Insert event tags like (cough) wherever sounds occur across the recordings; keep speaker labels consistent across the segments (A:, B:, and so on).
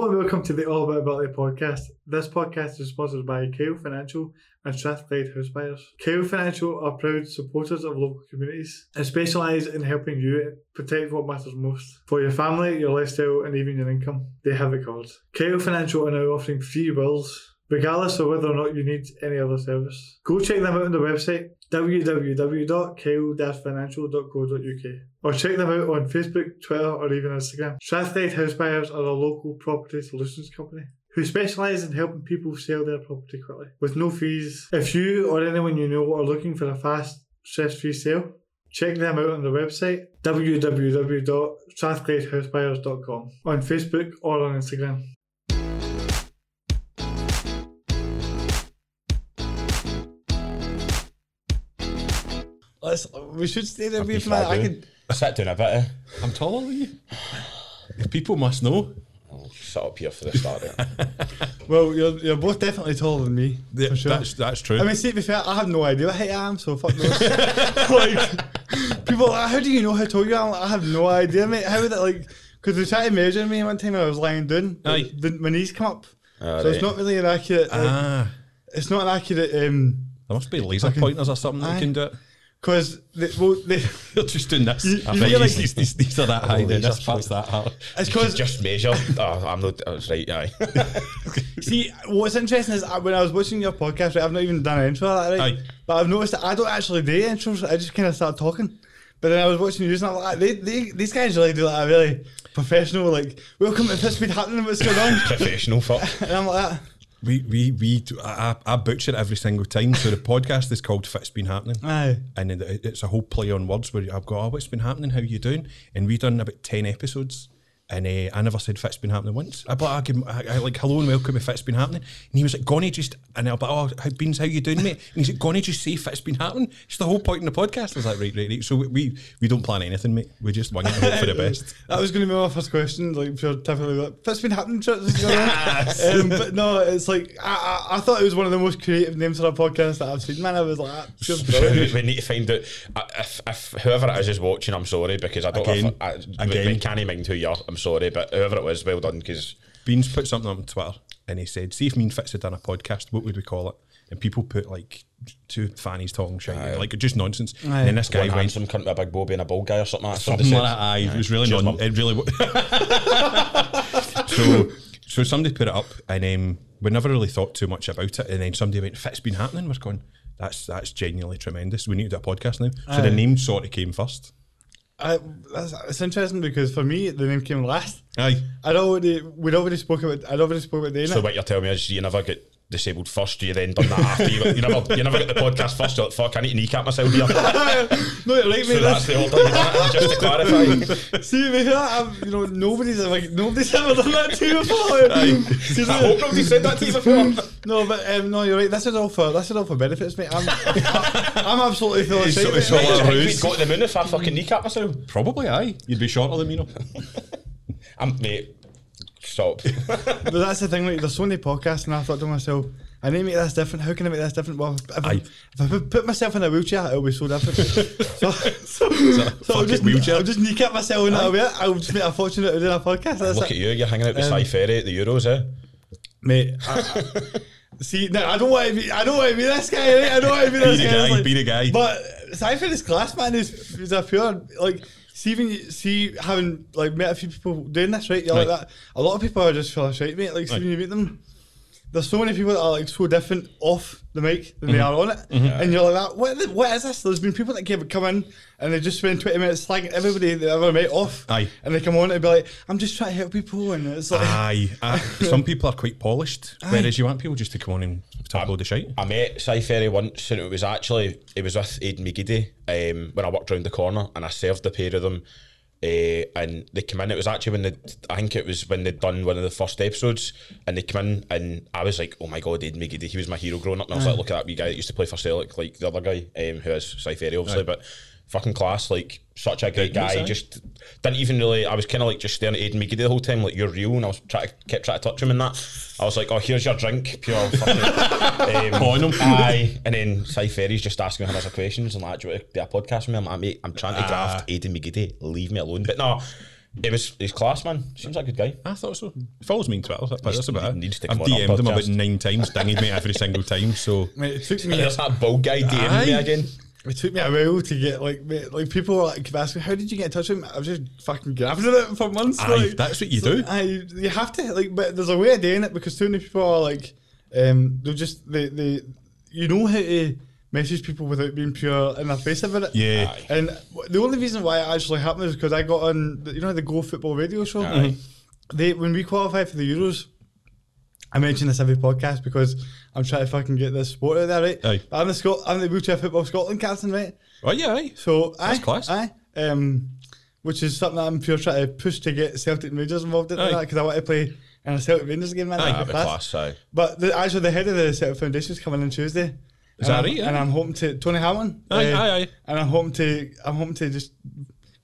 A: Hello and welcome to the All About Bartley podcast. This podcast is sponsored by Kale Financial and Strathclyde House Buyers. Kale Financial are proud supporters of local communities and specialise in helping you protect what matters most for your family, your lifestyle, and even your income. They have it covered. Kale Financial are now offering free wills, regardless of whether or not you need any other service. Go check them out on their website www.kyle-financial.co.uk or check them out on Facebook, Twitter, or even Instagram. Strathclyde House Buyers are a local property solutions company who specialise in helping people sell their property quickly with no fees. If you or anyone you know are looking for a fast, stress-free sale, check them out on their website www.strathclydehousebuyers.com on Facebook or on Instagram.
B: Let's, we should stay there,
C: Be
B: beef man. I
C: flat
B: could.
C: down. Sit down a bit. Eh?
B: I'm taller than you. The people must know.
C: I'll shut up here for the start. eh?
D: (laughs)
B: Well, you're, you're both definitely taller than me.
D: Yeah,
B: for sure.
D: That's that's true.
B: I mean, see, to be fair, I have no idea what height I am, so
D: (laughs)
B: fuck knows. like, people are like, how do you know how tall you are? I'm like, I have no idea, mate. How would that, like, because they tried to measure me one time I was lying down.
D: Aye.
B: The, my knees come up.
C: Ah,
B: so it's
C: right.
B: not really an accurate, like,
D: ah,
B: it's not an accurate, um,
D: there must be laser
B: Fucking-
D: pointers or something that
B: Aye.
D: you can do it. (laughs)
B: because, they, well, they,
D: You're just doing this.
B: You-
D: I
B: you feel
D: bet you
B: like- Oh,
D: sneeze, these, these are that high. Then
C: laser
D: this part's that high.
B: it's
C: You
B: because
C: just measure. Oh, I'm not. I was right.
B: (laughs)
C: Aye.
B: See, what's interesting is uh, when I was watching your podcast, right, I've not even done an intro like that, right?
D: Aye.
B: But I've noticed that I don't actually do intros. I just kind of start talking. But then I was watching you, and I'm like, they, they, these guys really do like a really professional, like, welcome to this been happening, what's going on?
D: (laughs)
C: Professional fuck.
B: and I'm like, that.
D: We we we do, I, I I butcher it every single time. So the (laughs) podcast is called Fit's Been Happening.
B: aye.
D: And then it- it's a whole play on words where I've got, oh, what's been happening? How you doing? And we've done about 10 episodes. And uh, I never said Fit's been happening once. I, but I, give him- I, I like, hello and welcome to Fit's been happening. And he was like, Gonna just, and I'll be, oh, how, Beans, how you doing, mate? And he's like, Gonna just say Fit's been happening. It's the whole point in the podcast. I was like, right, right, right. So we- we, we don't plan anything, mate. We just wing it and hope for the best.
B: That was going to be my first question, like pure typically. Like, What's been happening? Trips? What's going on? (laughs) um, but no, it's like I, I, I thought it was one of the most creative names for a podcast that I've seen. Man, I was like, that,
D: (laughs)
B: pure
C: (laughs)
B: brilliant.
C: we need to find out I- if, if whoever it is is watching. I'm sorry because I don't.
D: Again.
C: Have, I,
D: Again.
C: We, we can't mind who you are. I'm sorry, but whoever it was, well done because
D: Beans put something on Twitter and he said, see if me and Fitz had done a podcast, what would we call it? And people put like two fannies talking shit, like just nonsense.
B: Aye.
D: And then this guy
C: one
D: went,
C: handsome cunt with a big bobby and a bald guy or something. Like that, somebody
D: something like
C: said.
D: that. Aye, it was really
C: Cheers,
D: non.
C: Mum.
D: It really. wa- (laughs) so, so somebody put it up, and um, we never really thought too much about it. And then somebody went, "Fit's been happening." We're going, "That's that's genuinely tremendous. We need to do a podcast now." So the name sort of came first.
B: I, that's, it's interesting because for me, the name came last.
D: Aye,
B: I'd already we'd already spoke about I'd already spoke about Dana.
C: So what you're telling me is you never get disabled first. You then done that after you, you never you never get the podcast first. You're like, fuck, I need to kneecap myself here. (laughs) so
B: (laughs) no, you're right, mate. That's,
C: that's the order. you done it, Just to clarify.
B: see, mate, I've, you know, nobody's like nobody's ever done that to you before. Seriously.
C: I hope nobody said that to you
D: (laughs)
C: before.
B: no, but um, no, you're right. This is all for this is all for benefits, mate. I'm, I'm absolutely full of
D: It's-
B: shit.
D: it's
B: mate.
D: all-
C: Like,
D: ruse.
C: we'd go to the moon if I fucking kneecap myself.
D: probably. Aye, you'd be shorter than me, no?
C: I'm mate. (laughs) Stop.
B: But that's the thing. Like, there's so many podcasts, and I thought to myself, I need to make this different. How can I make this different? Well, if, I,
D: Aye.
B: if I put- put myself in a wheelchair, it'll be so
C: (laughs)
B: different. so, so, so I'll
D: fucking
B: just
D: wheelchair.
B: I'll just kneecap myself in a way. I'll just make a fortune out of doing a podcast. That's
C: Look
B: it.
C: at you. You're hanging out
D: Um,
C: with Sai Ferry at the Euros, eh?
B: mate. I,
D: (laughs)
B: I- see, no, I don't want to be. I don't want to be this guy. Right? I don't want to be this
D: the
B: guy.
D: guy,
B: It's like-
D: be the guy.
B: But Seinfeld is class, man. He's, he's a pure like. See, even you- see having like met a few people doing this, right? You're like
D: Right.
B: that. A lot of people are just full of shit, mate. Like, see
D: Right.
B: when you meet them. There's so many people that are like so different off the mic than they
D: Mm-hmm.
B: are on it, and you're like that. What, the- what is this? There's been people that give- come in and they just spend 20 minutes slagging everybody they ever met off,
D: Aye. Ah.
B: and they come on and be like, "I'm just trying to help people," and it's like,
D: Aye, aye. some people are quite polished, whereas you want people just to come on and talk a load of shite.
C: I met Cy Ferry once, and it was actually it was with Aidan McGiddy um, when I worked round the corner, and I served the pair of them. Uh, and they came in. It was actually when they, I think it was when they'd done one of the first episodes, and they came in, and I was like, "Oh my god, Aidan McGiddy, he was my hero growing up." And I was like, "Look at that wee guy that used to play for Celtic, like the other guy, um, who is Cy Ferry, obviously, but fucking class, like such a great guy.
D: Aye.
C: Just didn't even really. I was kind of like just staring at Aidan McGiddy the whole time, like you're real, and I was trying to kept trying to touch him in that. I was like, "Oh, here's your drink, pure fucking." um,
D: On 'em.
C: Aye, and then Cy Ferry's just asking him a bunch of questions and like, do you want to do a podcast with me? I'm like, mate, I'm trying to draft Aidan McGiddy, leave me alone. But no, It was he's class, man. Seems like a good guy.
D: I thought so. He follows me on Twitter. That's, that's about
C: need to
D: it.
C: stick
D: I've
C: him on our
D: DM'd him about
C: podcast.
D: nine times, dinged me every single time. So
B: (laughs) Mate, it took me.
C: There's that bald guy DMing me
B: Aye.
C: again.
B: It took me a while to get like mate, like people were like asking how did you get in touch with him? I was just fucking grabbing at it for months.
D: Aye,
B: like,
D: that's what you do.
B: Aye, you have to like, but there's a way of doing it because too many people are like, um, they just they they you know how to message people without being pure in their face about it.
D: Yeah. Aye.
B: And the only reason why it actually happened is because I got on the- you know the Go Football Radio show.
C: Aye.
D: Mm-hmm.
B: They when we qualified for the Euros. I mention this every podcast because I'm trying to fucking get this sport out there, right?
D: Aye.
B: I'm the Scot- I'm the wheelchair football Scotland captain, right?
D: oh yeah, aye.
B: So I,
D: class.
B: Aye, um, which is something I'm pure trying to push to get Celtic and Rangers involved in
D: Aye.
B: because I want to play in a Celtic Rangers game. Man,
D: Aye,
B: that'd
C: That'd
B: be
C: be
B: class.
C: class, aye.
B: But the, actually, the head of the Celtic Foundation is coming on Tuesday. and
D: Is that
B: I'm,
D: right, yeah?
B: And I'm hoping to Tony Hamlin. uh,
D: Aye, aye, aye.
B: And I'm hoping to I'm hoping to just.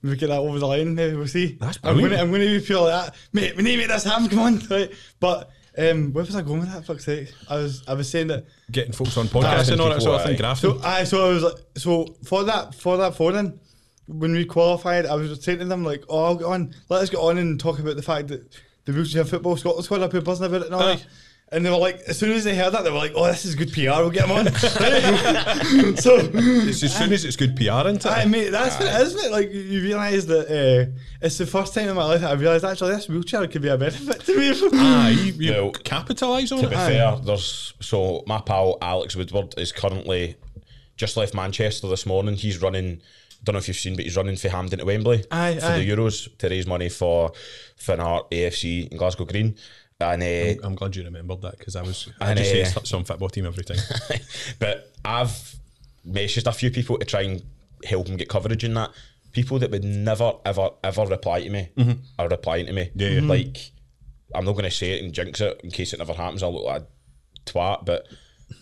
B: Maybe get that over the line. Maybe we'll see.
D: That's
B: I'm gonna,
D: brilliant.
B: I'm gonna be pure like that, mate. We need to make this happen. Come on, right? But um, where was I going with that? Fuck's sake! I was, I was saying that
D: Getting folks on podcasts and all that
C: people,
D: sort of thing.
C: aye.
D: Grafting.
B: so I so I was like so for that for that phone in when we qualified I was just saying to them like oh I'll get on let's get on and talk about the fact that the wheelchair football Scotland squad are buzzing about it and all
D: Aye.
B: that. And they were like, as soon as they heard that, they were like, "Oh, this is good PR. We'll get them on." so,
D: (laughs) It's as soon as it's good PR, isn't it?
B: I mate, that's what it is, mate. Like you realise that uh, it's the first time in my life that I realised actually this wheelchair could be a benefit to me.
D: aye, you
C: No.
D: capitalise on
C: To be
D: it.
C: fair, there's e? so my pal Alex Woodward is currently just left Manchester this morning. He's running. Don't know if you've seen, but he's running for Hamden to Wembley
B: Aye,
C: for
B: aye.
C: the Euros to raise money for Finhart AFC in Glasgow Green. And uh,
D: I'm glad you remembered that because I was I
C: And,
D: just say
C: uh,
D: it's some football team every (laughs) time.
C: (laughs) but I've messaged a few people to try and help him get coverage in that. People that would never, ever, ever reply to me are replying to me.
D: Mm-hmm. Yeah, yeah. Mhm.
C: Like, I'm not going to say it and jinx it in case it never happens. I'll look like a twat, but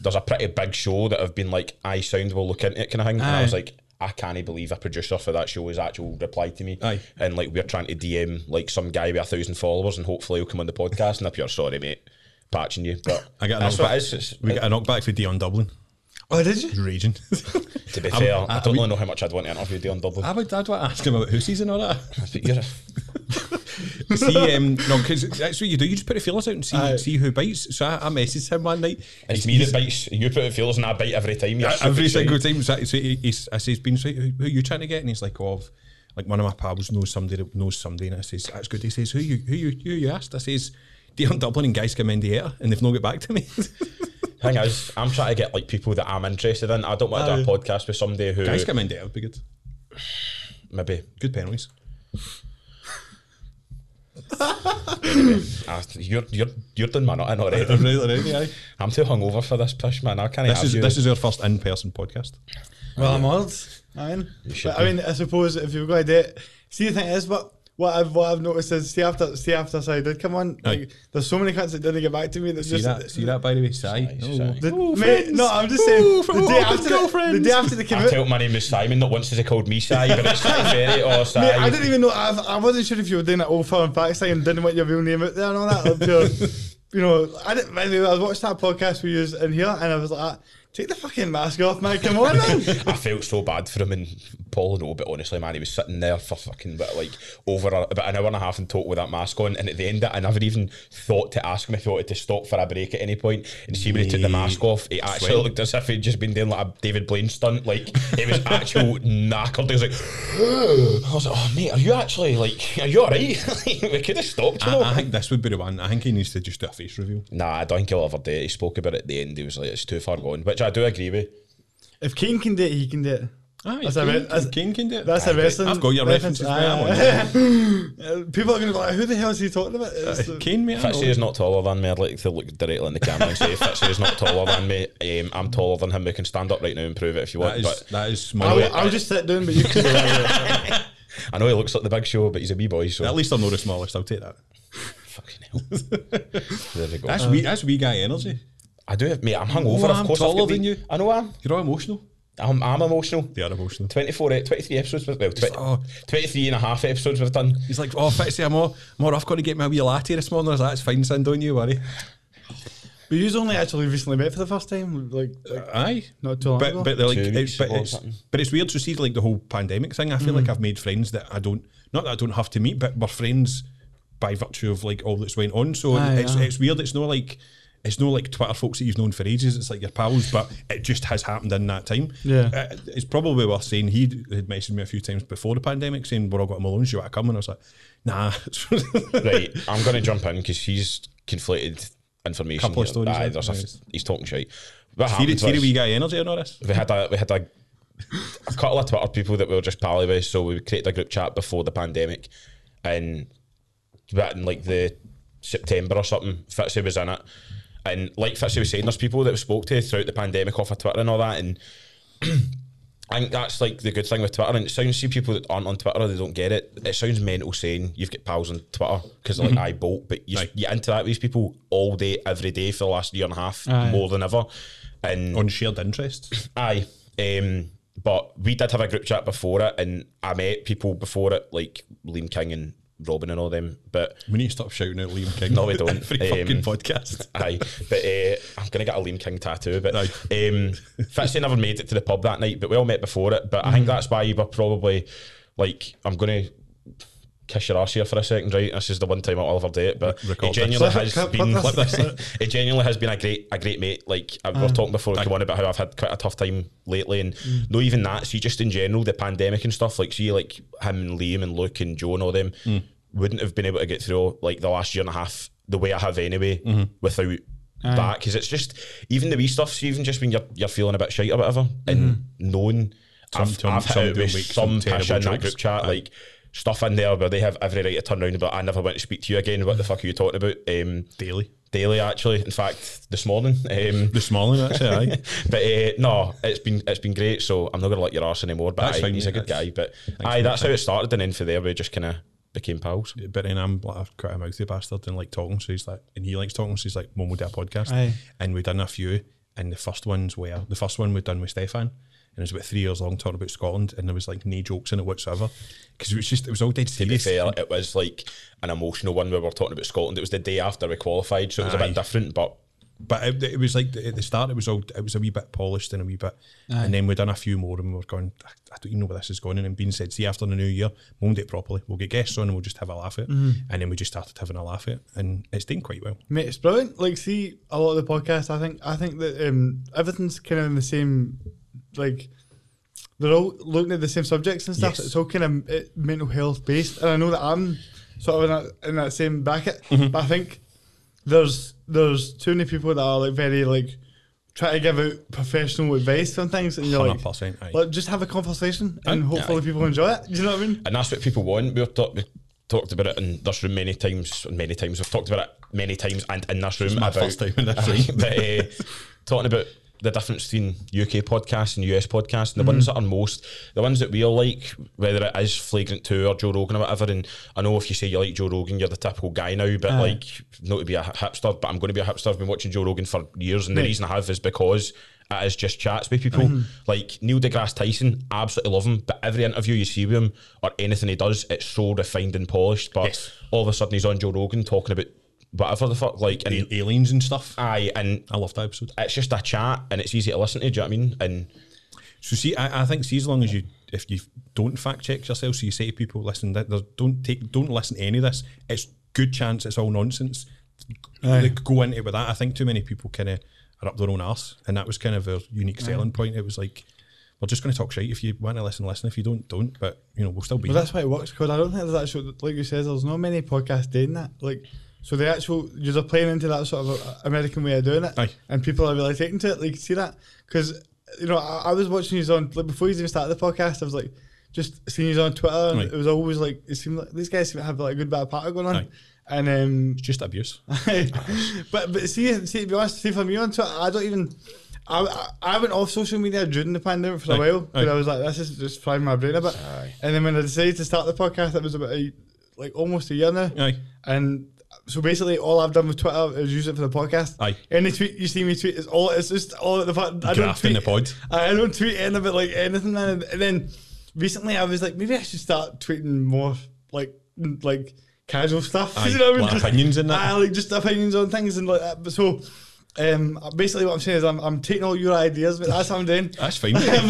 C: there's a pretty big show that I've been like, I sound will look into it kind of thing. And I was
B: Aye.
C: like, I can't believe a producer for that show has actual replied to me.
D: Aye.
C: And like, we're trying to DM like some guy with a thousand followers and hopefully he'll come on the podcast. And I'm pure sorry, mate, patching you. But
D: I got a
C: that's what it
D: knockback.
C: is. It's-
D: we got a knockback for Dion Dublin.
B: oh, did you?
D: (laughs) Raging.
C: To be
D: I'm-
C: fair,
D: I-
C: I don't really know how much I'd want to interview Dion Dublin.
D: I would. I'd want to ask him about hoosies and all that.
C: But you're a-
D: see, um, no, because that's what you do. You just put the feelers out and see
B: Aye.
D: see who bites. So I, I messaged him one night.
C: it's me that bites. You put it feelers and I bite every time. You're
D: every
C: stupid
D: single time. So so he, he's, I say, "It's been so, who, who you trying to get?" And he's like, "Of." like one of my pals knows somebody that knows somebody, and I says, "That's good." He says, "Who you who you who you asked?" I says, "Dion Dublin and Guys Commendiera," and they've not got back to me. (laughs)
C: shit. Thing is, I'm trying to get like people that I'm interested in. I don't want to do a podcast with somebody who
D: Guys Commendiera would be good.
C: maybe.
D: Good penalties.
C: Ah, you're you're you're doing my nut in
D: They're
C: already.
D: (laughs) (laughs) really, really, aye.
C: I'm too hungover for this push, man. I can't.
D: This
C: have
D: is
C: you.
D: this is our first in person podcast.
B: Well, I'm odd. I mean,
C: should
B: but, I
C: be.
B: mean, I suppose if you're going to do it, see the thing is, but what I've what I've noticed is, see after see after I did come on,
D: Aye.
B: like there's so many cunts that didn't get back to me. That
D: See
B: just,
D: that? See that? By the way, sigh.
C: Nice,
D: Oh.
C: sigh.
B: The,
D: Oh,
B: mate, no,
D: friends.
B: I'm just saying.
D: Oh,
B: the,
D: from
B: day
D: all
B: after
D: the
B: the, the
D: girlfriends.
B: day after they came
C: I
D: (laughs)
B: out,
C: felt my name was Simon. Not once has he called me Si, but it's oh, Si Ferry or Si.
B: mate, I didn't even know. I've, I wasn't sure if you were doing that old foreign facts thing and didn't want your real name out there and all that. Like,
D: (laughs)
B: pure, you know, I didn't. Anyway, I watched that podcast we used in here, and I was like, "Ah, take the fucking mask off, man. Come on, man.
D: (laughs)
C: I felt so bad for him and Paul and all, but honestly, man, he was sitting there for fucking about, like over a, about an hour and a half and talk with that mask on. And at the end, I never even thought to ask him if he wanted to stop for a break at any point. And see when he took the mask off, he actually
D: Swear.
C: looked as if he'd just been doing like a David Blaine stunt. Like it was actual knackered. He was like, I was like, oh mate, are you actually (laughs) like, are you all right? we could have stopped, you know.
D: I, I think this would be the one. I think he needs to just do a face reveal.
C: Nah, I don't think he'll ever do it. He spoke about it at the end. He was like, it's too far gone, which I do agree with.
B: if Kane can do it, he can do it.
D: Aye,
B: That's
D: Kane,
B: a re-
D: can-
B: that's-
D: Kane can do it.
B: That's a wrestling.
D: I've got your
B: reference.
D: references, er man. I'm on
B: Uh, (laughs) People are going to be like, who the hell is he talking about? It's, uh,
D: Kane, mate. I know.
C: Fitzy is not taller than me. I'd like to look directly in the camera and say, Fitzy is not taller than me. Um, I'm taller than him. We can stand up right now and prove it if you
D: That
C: want.
D: is
C: But
D: that is
B: I'll,
D: my.
B: I'll just sit down, but you (laughs) can.
C: I know he looks like the big show, but he's a wee boy, so
D: At least I'm not the smallest. I'll take that.
C: fucking hell.
D: (laughs)
C: there we go. Uh,
D: That's wee. That's wee guy energy.
C: I do have, mate. I'm hungover.
D: Oh,
C: of
D: I'm
C: course, I've
D: taller
C: got the-
D: than you.
C: I know I'm.
D: You're all emotional.
C: I'm, I'm emotional.
D: They are emotional.
C: 24, eh, 23 episodes. Well, 20,
D: oh.
C: 23 and a half episodes we've done.
D: He's like, oh, Fitzy, I'm all, I'm all off. Got to get my wee latte this morning. I was like, that's fine, son. Don't you worry.
B: But you only actually recently met for the first time, like, like
D: Aye.
B: not too long
D: but,
B: ago.
D: But they're like,
C: Two
D: it's,
C: weeks
D: but,
C: ago or
D: it's,
C: something.
D: but it's weird to see like the whole pandemic thing. I feel like I've made friends that I don't, not that I don't have to meet, but we're friends by virtue of like all that's went on. So
B: Aye,
D: it's
B: aye.
D: it's weird. It's not like it's not like Twitter folks that you've known for ages. It's like your pals, but it just has happened in that time.
B: Yeah.
D: Uh, it's probably worth saying he d- had messaged me a few times before the pandemic saying we're all got Malone's you want to come and I was like, nah. (laughs)
C: Right, I'm going to jump in because he's conflated information.
D: Couple of
C: here.
D: stories,
C: Aye,
D: eh?
C: there's a-
D: Right.
C: he's talking shit. What
D: Theory,
C: happened
D: theory
C: was
D: wee guy energy on all this.
C: we had a we had a, a couple of Twitter people that we were just pally with, so we created a group chat before the pandemic, and that in like the September or something, Fitzy was in it, and like Fitzy was saying, there's people that we spoke to throughout the pandemic off of Twitter and all that, and (clears throat) I think that's like the good thing with Twitter, and it sounds see people that aren't on Twitter, they don't get it. It sounds mental saying you've got pals on Twitter because like I bolt, but you,
D: Aye.
C: you interact with these people all day, every day for the last year and a half,
B: Aye.
C: more than ever, and
D: On shared interests.
C: Aye. Um, but we did have a group chat before it, and I met people before it, like Liam King and Robin and all them. But
D: We need to stop shouting out Liam King.
C: No, we don't.
D: (laughs) Every
C: Um,
D: fucking podcast.
C: aye, but uh, I'm gonna get a Liam King tattoo. But
D: Aye.
C: um, Fitzy never made it to the pub that night, but we all met before it. But I think that's why you were probably like, I'm gonna. Kiss your ass here for a second, right? This is the one time I'll ever do it, but
D: Record
C: it genuinely
B: this.
C: has
B: Clip- clip
C: been
B: this. (laughs)
C: it genuinely has been a great a great mate. Like I we
D: Mm.
C: were talking before we came on about how I've had quite a tough time lately, and no, even that. See, just in general, the pandemic and stuff. Like, see, like him and Liam and Luke and Joe and all them
D: Mm.
C: wouldn't have been able to get through like the last year and a half the way I have anyway
D: Mm-hmm.
C: without that. Because it's just even the wee stuff. See, even just when you're you're feeling a bit shite or whatever, and knowing I've,
D: Mm-hmm. Some-
C: I've hit
D: some
C: it with
D: don't make
C: some
D: some
C: pish in
D: terrible
C: that
D: jokes.
C: group chat, like stuff in there where they have every right to turn around about I never want to speak to you again. What the fuck are you talking about? Um,
D: Daily.
C: daily actually in fact this morning
D: (laughs)
C: um (laughs)
D: The smalling, actually, aye.
C: but uh, no it's been it's been great so I'm not gonna let your arse anymore but
D: That's
C: aye,
D: fine,
C: he's a
D: mate,
C: good
D: that's-
C: guy but aye that's how it started and then for there we just kind of became pals
D: But then I'm like quite a mouthy bastard and like talking. So he's like, and he likes talking. So he's like, Mum, we'll do a podcast.
B: Aye.
D: And we've done a few. And the first ones were, the first one we'd done with Stefan. And it was about three years long talking about Scotland. And there was like no jokes in it whatsoever. Because it was just, it was all dead
C: to be
D: serious.
C: fair it was like an emotional one where we were talking about Scotland it was the day after we qualified so it was a
D: Aye.
C: bit different but
D: But it, it was like, at the start, it was all, it was a wee bit polished and a wee bit. And then we'd done a few more and we were going, I, I don't even know where this is going. And then Bean said, see, after the new year, we'll do it properly. We'll get guests on and we'll just have a laugh at it.
C: Mm.
D: And then we just started having a laugh at it. And it's doing quite well.
B: Mate, it's brilliant. Like, see a lot of the podcasts. I think I think that um, everything's kind of in the same. Like, they're all looking at the same subjects and stuff.
D: Yes.
B: It's all kind of uh, mental health based, and I know that I'm sort of in that, in that same bracket.
D: Mm-hmm.
B: But I think there's there's too many people that are like very like try to give out professional advice sometimes, and you're like,
D: 100%, aye.
B: "Look, just have a conversation, and
D: Aye.
B: hopefully people enjoy it. Do you know what I mean?
C: and that's what people want. We've talked, we talked about it in this room many times, and many times. We've talked about it many times, and in this room
D: my
C: about
D: first time in this
C: (laughs) Aye,
D: room.
C: but, eh, talking about the difference between UK podcasts and US podcasts, and the
D: Mm.
C: ones that are most, the ones that we all like, whether it is Flagrant Two or Joe Rogan or whatever. And I know if you say you like Joe Rogan, you're the typical guy now, but like not to be a hipster, but I'm going to be a hipster. I've been watching Joe Rogan for years, and the reason I have is because it is just chats with people.
D: Mm-hmm.
C: Like Neil deGrasse Tyson, absolutely love him, but every interview you see with him or anything he does, it's so refined and polished. But
D: Yes.
C: all of a sudden he's on Joe Rogan talking about whatever the fuck, like and
D: A- aliens and stuff.
C: aye, and
D: I love that episode.
C: it's just a chat and it's easy to listen to. Do you know what I mean? And
D: So see, I, I think see as long as you if you don't fact check yourself, so you say to people, listen, that there's- don't take, don't listen to any of this. It's good chance it's all nonsense. Like, go into it with that. I think too many people kind of are up their own arse, and that was kind of our unique selling point. It was like. We're just going to talk shit. If you want to listen, listen. If you don't, don't. But you know, we'll still be.
B: Well, that's why it works because I don't think there's actual like you said. There's not many podcasts doing that. Like, so the actual you're just playing into that sort of American way of doing it,
D: Aye.
B: and people are really taking to it. Like, see that because you know I, I was watching you on like before you even started the podcast. I was like just seeing you on Twitter, and
D: Aye.
B: it was always like it seemed like these guys seem to have like a good bit of party going on.
D: Aye.
B: And um,
D: just abuse.
B: (laughs) but but see see to be honest, see for me on Twitter, I don't even. I, I I went off social media during the pandemic for a
D: Aye,
B: while because
D: aye.
B: I was like, this is just frying my brain a bit.
C: Aye.
B: And then when I decided to start the podcast, it was about a, like almost a year now.
D: Aye.
B: And so basically, all I've done with Twitter is use it for the podcast.
D: Aye.
B: Any tweet you see me tweet is all it's just all at the fact I don't
D: Graft in
B: tweet,
D: the pod.
B: I, I don't tweet any of it like anything. And, and then recently, I was like, maybe I should start tweeting more like like casual stuff. (laughs)
D: Aye,
B: You know what I mean?
D: like
B: Just-
D: opinions and that.
B: Aye, like just opinions on things and like that. But so Um, basically, what I'm saying is I'm, I'm taking all your ideas, but that's what I'm doing.
D: That's
B: (laughs)
D: fine.
B: Um,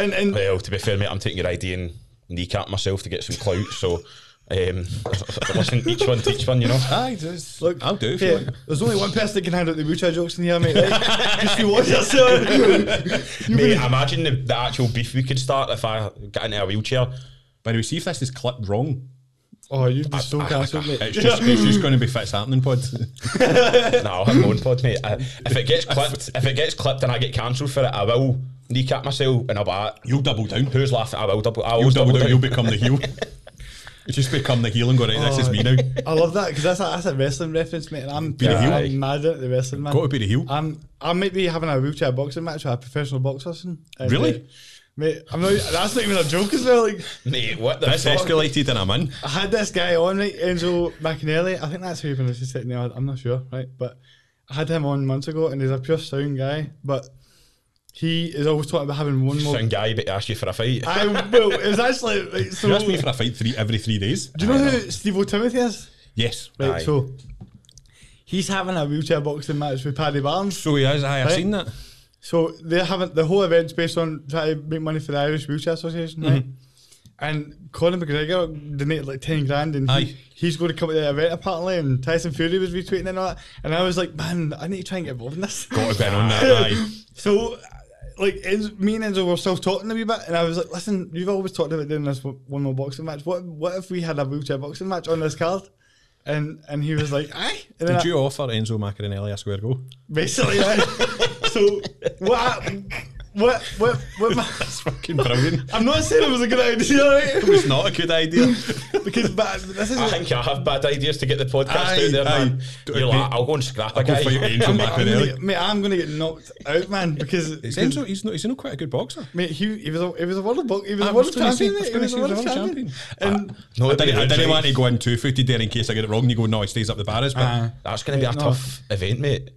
B: and
D: (laughs)
B: and
C: (laughs) Well, to be fair, mate, I'm taking your idea and kneecap myself to get some clout. So, um, (laughs) listen, each one, to each one, you know.
D: I just
B: Look,
D: I'll do it if you
B: yeah,
D: like.
B: there's only one person that can handle the Wucha jokes in here, mate.
D: (laughs)
B: Like, just you watch yourself. You've
C: Mate,
B: been-
C: imagine the, the actual beef we could start if I got into a wheelchair.
D: By the way, see if this is clipped
C: (laughs)
D: wrong.
B: (laughs) oh, you've been so cancelled, mate.
D: It's just, it's just going to be Fits Happening Pod. (laughs)
C: No, I'll have my own pod, mate. I, if it
D: (laughs)
C: gets clipped, if it gets clipped and I get cancelled for it, I will kneecap myself and I'll be like,
D: You'll double down.
C: who's laughing? I will double. I
D: You'll
C: always
D: double, down. You'll
C: down.
D: become
C: (laughs)
D: the heel. you just become the heel and go, right, this is me now.
B: I love that because that's a, that's a wrestling reference, mate. And I'm,
D: the heel.
B: I'm mad at the wrestling, man.
D: Got to be the heel.
B: I'm, I might be having a wheelchair boxing match with a professional boxer. Soon, And,
D: Really?
B: uh, Mate, I'm not, e, that's not even a joke as well. Like,
C: Mate, what the
D: That's
C: fuck?
D: escalated and I'm in.
B: I had this guy on, right, Enzo Macinelli. I think that's who you pronounce his second name. I'm not sure, right? But I had him on months ago, and he's a pure sound guy. But he is always talking about having one more.
D: Oh.
C: Sound guy, but asked you for a fight.
B: I will. It was actually like, so.
D: You ask me for a fight three every three days.
B: do you know who Steve O'Timothy is?
D: Yes.
B: Right,
C: Aye.
B: so he's having a wheelchair boxing match with Paddy Barnes.
D: So he is. Aye, I've
B: Right.
D: seen that.
B: So they're having the whole event's based on trying to make money for the Irish Wheelchair Association,
D: Mm-hmm.
B: right? And Conor McGregor donated like ten grand, and
D: Aye.
B: he, he's going to come to the event apparently. And Tyson Fury was retweeting and all that, and I was like, man, I need to try and get involved in this.
D: Got to get on (laughs) that. Aye.
B: so, like, Enzo, me and Enzo were still talking a wee bit, and I was like, listen, you've always talked about doing this one one more boxing match. What what if we had a wheelchair boxing match on this card? And and he was like, aye. And then I-
D: Did you offer Enzo Macarinelli a square go?
B: basically. right? so what? I, what? What? What? My,
D: That's fucking brilliant.
B: I'm not saying it was a good idea, right?
D: it's not a good idea.
B: Because but this is
C: I think I have bad ideas to get the podcast
D: Aye,
C: out there,
D: aye.
C: man.
D: Do it,
C: You're
D: mate.
C: like, I'll go and scrap a
D: go
C: guy.
D: fight Angel
B: I'm gonna
D: Macarinelli.
B: get, mate, I'm gonna get knocked out, man. Because
D: Is Enzo, he's, no, he's not quite a good boxer.
B: mate, he, he was a, he was a world bo- he was
D: I
B: a
D: was
B: world
D: gonna say-
B: champion.
D: I was
B: mate, he
D: gonna
B: was a
D: say he was
B: world
D: a world
B: champion. And
C: No,
D: I didn't, I didn't
C: right.
D: want to go in two footed there in case I get it wrong and you go, no, he stays up the barrage. But
C: That's going to be a
B: no.
C: tough event,
D: (laughs)
C: mate.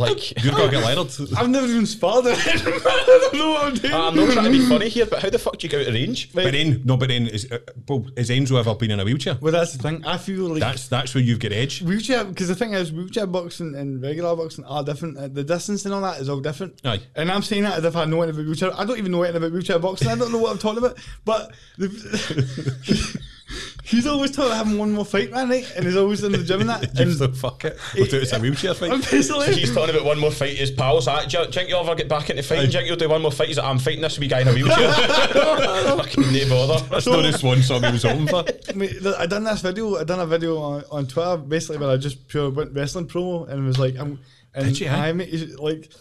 C: like,
D: you're going to get (laughs) Leonard.
B: I've never even sparred. him. (laughs) I don't know what I'm doing.
C: Ah, I'm not trying to be funny here, but how the fuck do you go out of
D: (laughs)
C: range? (laughs)
D: But then, no, but then, is, uh, well, has Enzo ever been in a wheelchair?
B: well, that's the thing. I feel like
D: That's that's where you've got (laughs) edge.
B: wheelchair because the thing is wheelchair boxing and regular boxing are different. Uh, The distance and all that is all different.
D: Aye.
B: And I'm saying that as if I know anything about wheelchair. I don't even know anything about wheelchair boxing. I don't know what I'm talking about. But the, (laughs) he's always talking about having one more fight, man. Right? And he's always in the gym and that.
D: You
B: and
D: so fuck it. We'll do it as a wheelchair
B: I'm
D: fight.
B: basically.
C: He's talking about one more fight to his pals.
D: Ah,
C: Like, do you do you think you'll ever get back into fighting? Do you think you'll do one more fight? He's like, I'm fighting this wee guy in a wheelchair.
D: (laughs)
C: Fucking no bother.
D: That's not the swan song he was hoping (laughs) for.
B: I mean, th- I done this video. I done a video on, on Twitter basically where I just pure went wrestling promo and was like, I'm. And
D: Did you, eh?
B: I mate, he's like,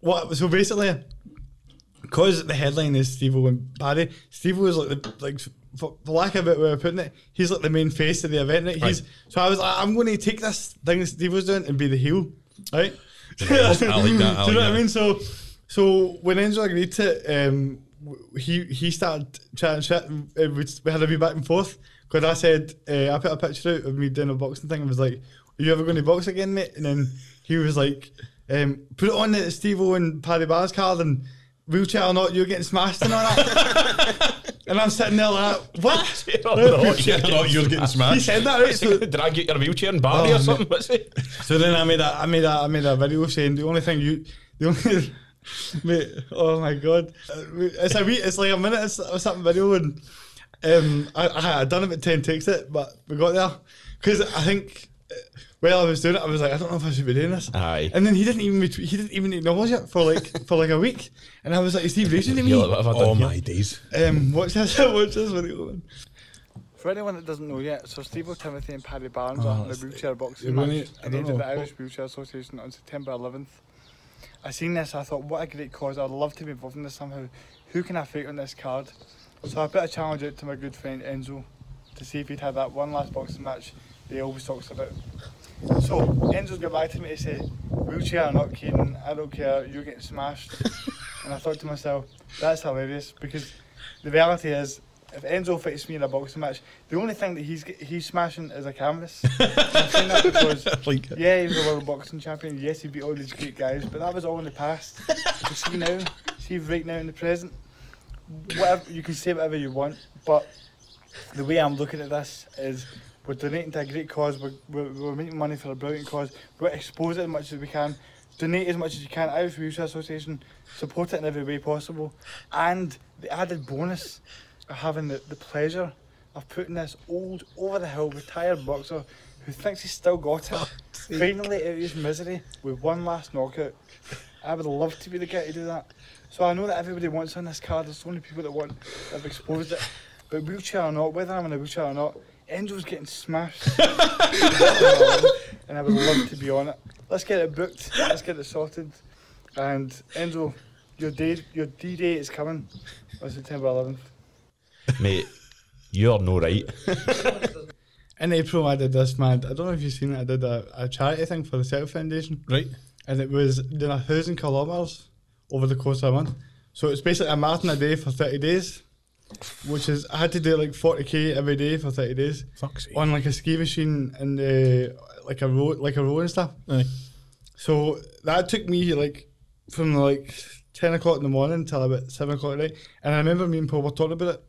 B: what? So basically, because the headline is Steve and Barry. Steve was like, the, like for, for lack of a better way of putting it, he's like the main face of the event. Right? He's
D: Right.
B: so I was like, I'm going to take this thing that Steve was doing and be the heel, right?
D: I like that,
B: (laughs)
D: I
B: Do you know
D: like
B: what I
D: that.
B: mean? So, so when Enzo agreed to, it, um, w- he he started chatting shit. And uh, we, we had a wee back and forth because I said uh, I put a picture out of me doing a boxing thing and was like, "Are you ever going to box again, mate?" And then he was like, um, "Put it on the Steve O and Paddy Bar's card and wheelchair or not, you're getting smashed and all that." (laughs) and I'm sitting there like, "What?"
D: Yeah, no, you're getting
B: He
D: smashed.
B: said that
D: (laughs)
B: right. So,
C: Did I get your wheelchair and Barney
B: Oh,
C: or
B: mate.
C: something? What's it?
B: So then I made a I made a I made a video saying the only thing you the only (laughs) mate oh my god Uh, it's a wee it's like a minute it's- or something video and um I I had done about ten takes it but we got there because I think uh, while I was doing it I was like I don't know if I should be doing this
C: Aye.
B: and then he didn't even retweet- he didn't even acknowledge it for like for like a week and I was like is he raging at me
C: You're like, what have I done
D: Oh
C: here?
D: my days.
B: um watch this (laughs) watch this video. Man. For anyone that doesn't know yet, so Steve Timothy and Paddy Barnes are in the wheelchair boxing Yeah, match really, I
E: I
B: don't
E: did
B: know.
E: the Irish Wheelchair Association on September 11th. I seen this, I thought, what a great cause. I'd love to be involved in this somehow. Who can I fight on this card? So I put a challenge out to my good friend Enzo to see if he'd had that one last boxing match he always talks about. So Enzo's got back to me to say, wheelchair or not, Caden, I don't care, you're getting smashed. and I thought to myself, that's hilarious because the reality is, if Enzo fights me in a boxing match, the only thing that he's he's smashing is a canvas. (laughs) I've seen that because
D: Like,
E: yeah, he was a world boxing champion. Yes, he beat all these great guys, but that was all in the past. you see now, see right now in the present, whatever you can say whatever you want, but the way I'm looking at this is we're donating to a great cause. We're, we're, we're making money for a brilliant cause. We're going to expose it as much as we can. Donate as much as you can out of the Wheelchair Association, support it in every way possible. And the added bonus of having the, the pleasure of putting this old, over the hill, retired boxer who thinks he's still got it finally out of his misery with one last knockout. I would love to be the guy to do that. So I know that everybody wants on this card, there's so many people that want that have exposed it. But wheelchair or not, whether I'm in a wheelchair or not, Angel's getting smashed. and I would love to be on it. Let's get it booked. Let's get it sorted. And Angel, your day, your D day is coming on September 11th.
C: Mate, you're no right.
B: In April, I did this, man. I don't know if you've seen it. I did a, a charity thing for the Celtic Foundation.
D: Right.
B: and it was doing a thousand kilometers over the course of a month. So it's basically a marathon a day for thirty days, which is I had to do like forty k every day for thirty days
D: Fuck's sake.
B: on like a ski machine and uh, like a road, like a road and stuff.
D: Aye.
B: So that took me like from like ten o'clock in the morning till about seven o'clock at night. And I remember me and Paul were talking about it.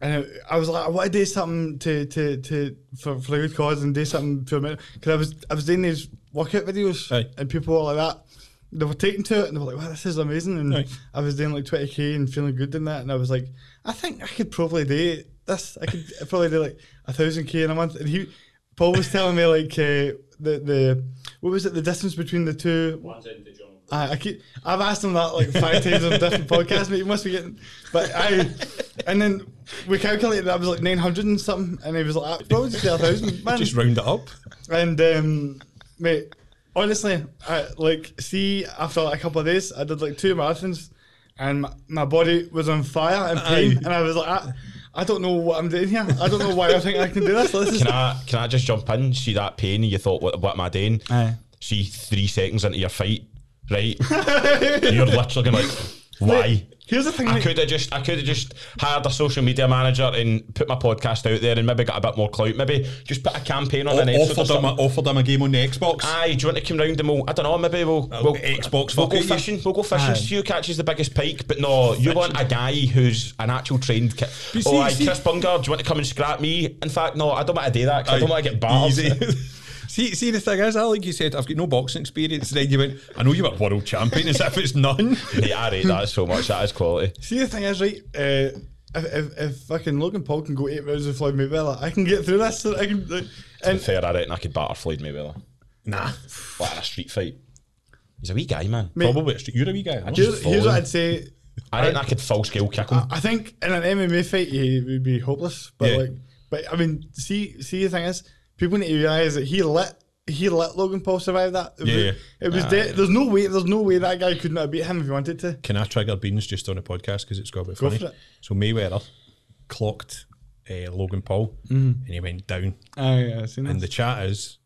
B: And I I was like, I want to do something to to, to for, for a good cause and do something for me because I was I was doing these workout videos
D: Aye.
B: and people were like that. They were taking to it and they were like, "Wow, this is amazing!" And
D: Aye.
B: I was doing like twenty k and feeling good in that. And I was like, "I think I could probably do this. I could (laughs) probably do like a thousand k in a month." And he, Paul was telling me like uh, the the what was it the distance between the two I, I keep. I've asked him that like five times on
D: (laughs)
B: different podcasts, mate. You must be getting. But I, and then we calculated that was like nine hundred and something, and he was like, "Ah, probably just a
C: (laughs)
B: thousand, man.
D: Just round it up.
B: And um, mate, honestly, I like see after like, a couple of days, I did like two marathons, and my, my body was on fire and pain,
D: Aye.
B: and I was like, I, I don't know what I'm doing here. I don't know why I think I can do this. This is
C: Can I can I just jump in? See that pain? You thought, what, what am I doing?
B: Aye.
C: See three seconds into your fight, right? (laughs) You're literally going like, why?
B: (laughs) here's the thing.
C: I
B: mate.
C: could have just I could have just hired a social media manager and put my podcast out there and maybe got a bit more clout. Maybe just put a campaign on an episode. Or
D: offered, him
C: something.
D: a, offered him a game on the Xbox.
C: Aye, do you want to come round and we'll, I don't know, maybe we'll,
D: Oh,
C: we'll
D: Xbox
C: we'll
D: fuck
C: go
D: it, you-
C: fishing, we'll go fishing,
B: Aye.
C: see who catches the biggest pike, but no, you want a guy who's an actual trained ki-
D: But
C: oh
D: see-
C: aye,
D: see-
C: Chris Bunger, do you want to come and scrap me? In fact, no, I don't want to do that 'cause I don't want to get battered. (laughs)
D: Easy. see, see, the thing is, I like you said, I've got no boxing experience. Then you went, I know you were world champion, as if
C: (laughs)
D: it's none.
C: Mate, I rate that so much, that is quality.
B: See, the thing is, right? Uh, if, if, if fucking Logan Paul can go eight rounds with Floyd Mayweather, I can get through this. I can. Like,
C: To be
B: and
C: fair, I reckon I could batter Floyd Mayweather.
D: Nah,
C: Like in a street fight. He's a wee guy, man.
D: probably. it's- You're a wee guy. aren't you?
B: here's, here's what I'd say. Uh,
C: I reckon I could full scale kick him.
B: I think in an MMA fight, he would be hopeless. But
D: Yeah.
B: like, but I mean, see, see, the thing is, people need to realize that he let he let Logan Paul survive that. It
D: Yeah,
B: was,
D: yeah.
B: It was dead. There's no way. There's no way that guy could not beat him if he wanted to.
D: Can I trigger beans just on a podcast because it's got a bit
B: Go
D: funny?
B: for it.
D: So Mayweather clocked uh, Logan Paul
C: Mm.
D: and he went down.
B: Oh yeah, I've seen
D: And the chat is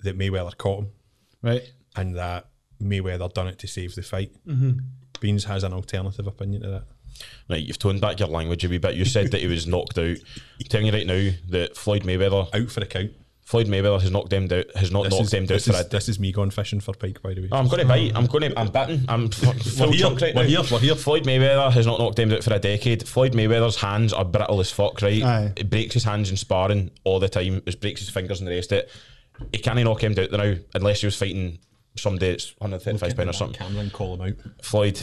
D: that Mayweather caught him
B: (laughs) right.
D: and that Mayweather done it to save the fight.
C: Mm-hmm.
D: Beans has an alternative opinion to that.
C: Right, you've toned back your language a wee bit. You said that he was knocked out. I'm telling you right now that Floyd Mayweather
D: Out for a count.
C: Floyd Mayweather has knocked them down has not
D: This
C: knocked
D: is,
C: them down
D: this,
C: for a
D: is, this is me going fishing for pike, by the way.
C: Oh, I'm going to bite. I'm going to. I'm batting. I'm f- full
D: here,
C: chunk right
D: we're
C: now.
D: here, we're here.
C: Floyd Mayweather has not knocked him out for a decade. Floyd Mayweather's hands are brittle as fuck, right?
B: Aye.
C: He breaks his hands in sparring all the time. He breaks his fingers and the rest of it. He can't knock him down now unless he was fighting somebody that's 135 pound or something.
D: Cameron, call him out.
C: Floyd,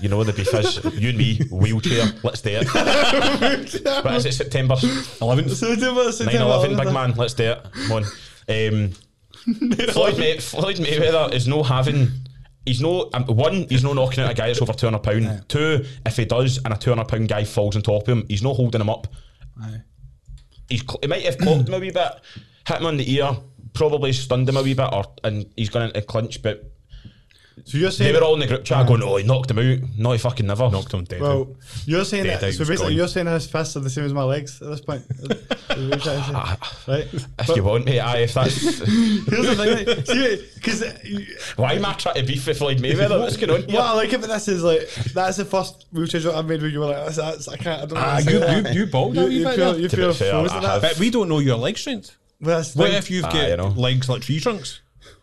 C: you know where the beef is. you and me, wheelchair. Let's do
D: (laughs)
C: it. but is it September?
D: 11th.
B: So do what- so do
C: 9
B: what-
C: 11, big man. Let's do it. Come on.
B: (laughs)
C: Um, Floyd, May- Floyd Mayweather is no having. He's no um, one. He's no knocking out a guy that's over two hundred pound. Two, if he does, and a two hundred pound guy falls on top of him, he's not holding him up. He's cl- he might have clocked him a wee bit, hit him on the ear, probably stunned him a wee bit, or and he's gone into clinch. But
B: So you're
C: they
B: saying
C: were all in the group chat going, "Oh, he knocked him out. No, he fucking never
D: Knocked him dead.
B: Well, you're saying
D: Dead
B: that.
D: out
B: So
D: was
B: basically,
D: gone.
B: you're saying his fists are the same as my legs at this
D: (laughs)
B: point. Is what you're trying to say. right?
C: Ah, If you want me, aye. If that's
B: (laughs) Here's the thing, see, because
C: why am I trying to beef with Floyd Mayweather? What's going on here?
B: what I like about this is like that's the first wheelchair joke I've made where you were like, that's, that's I can't, I don't know.
D: ah,
B: how to say
D: you,
B: that.
D: you, you balled
B: you,
D: out,
B: you feel, you
C: To be
B: feel
C: fair,
B: frozen
C: I
B: at
C: have-
B: that.
D: But we don't know your leg strength.
B: Well, that's the
D: What
B: thing.
D: if you've
C: Ah,
D: got
C: you know.
D: legs like tree trunks?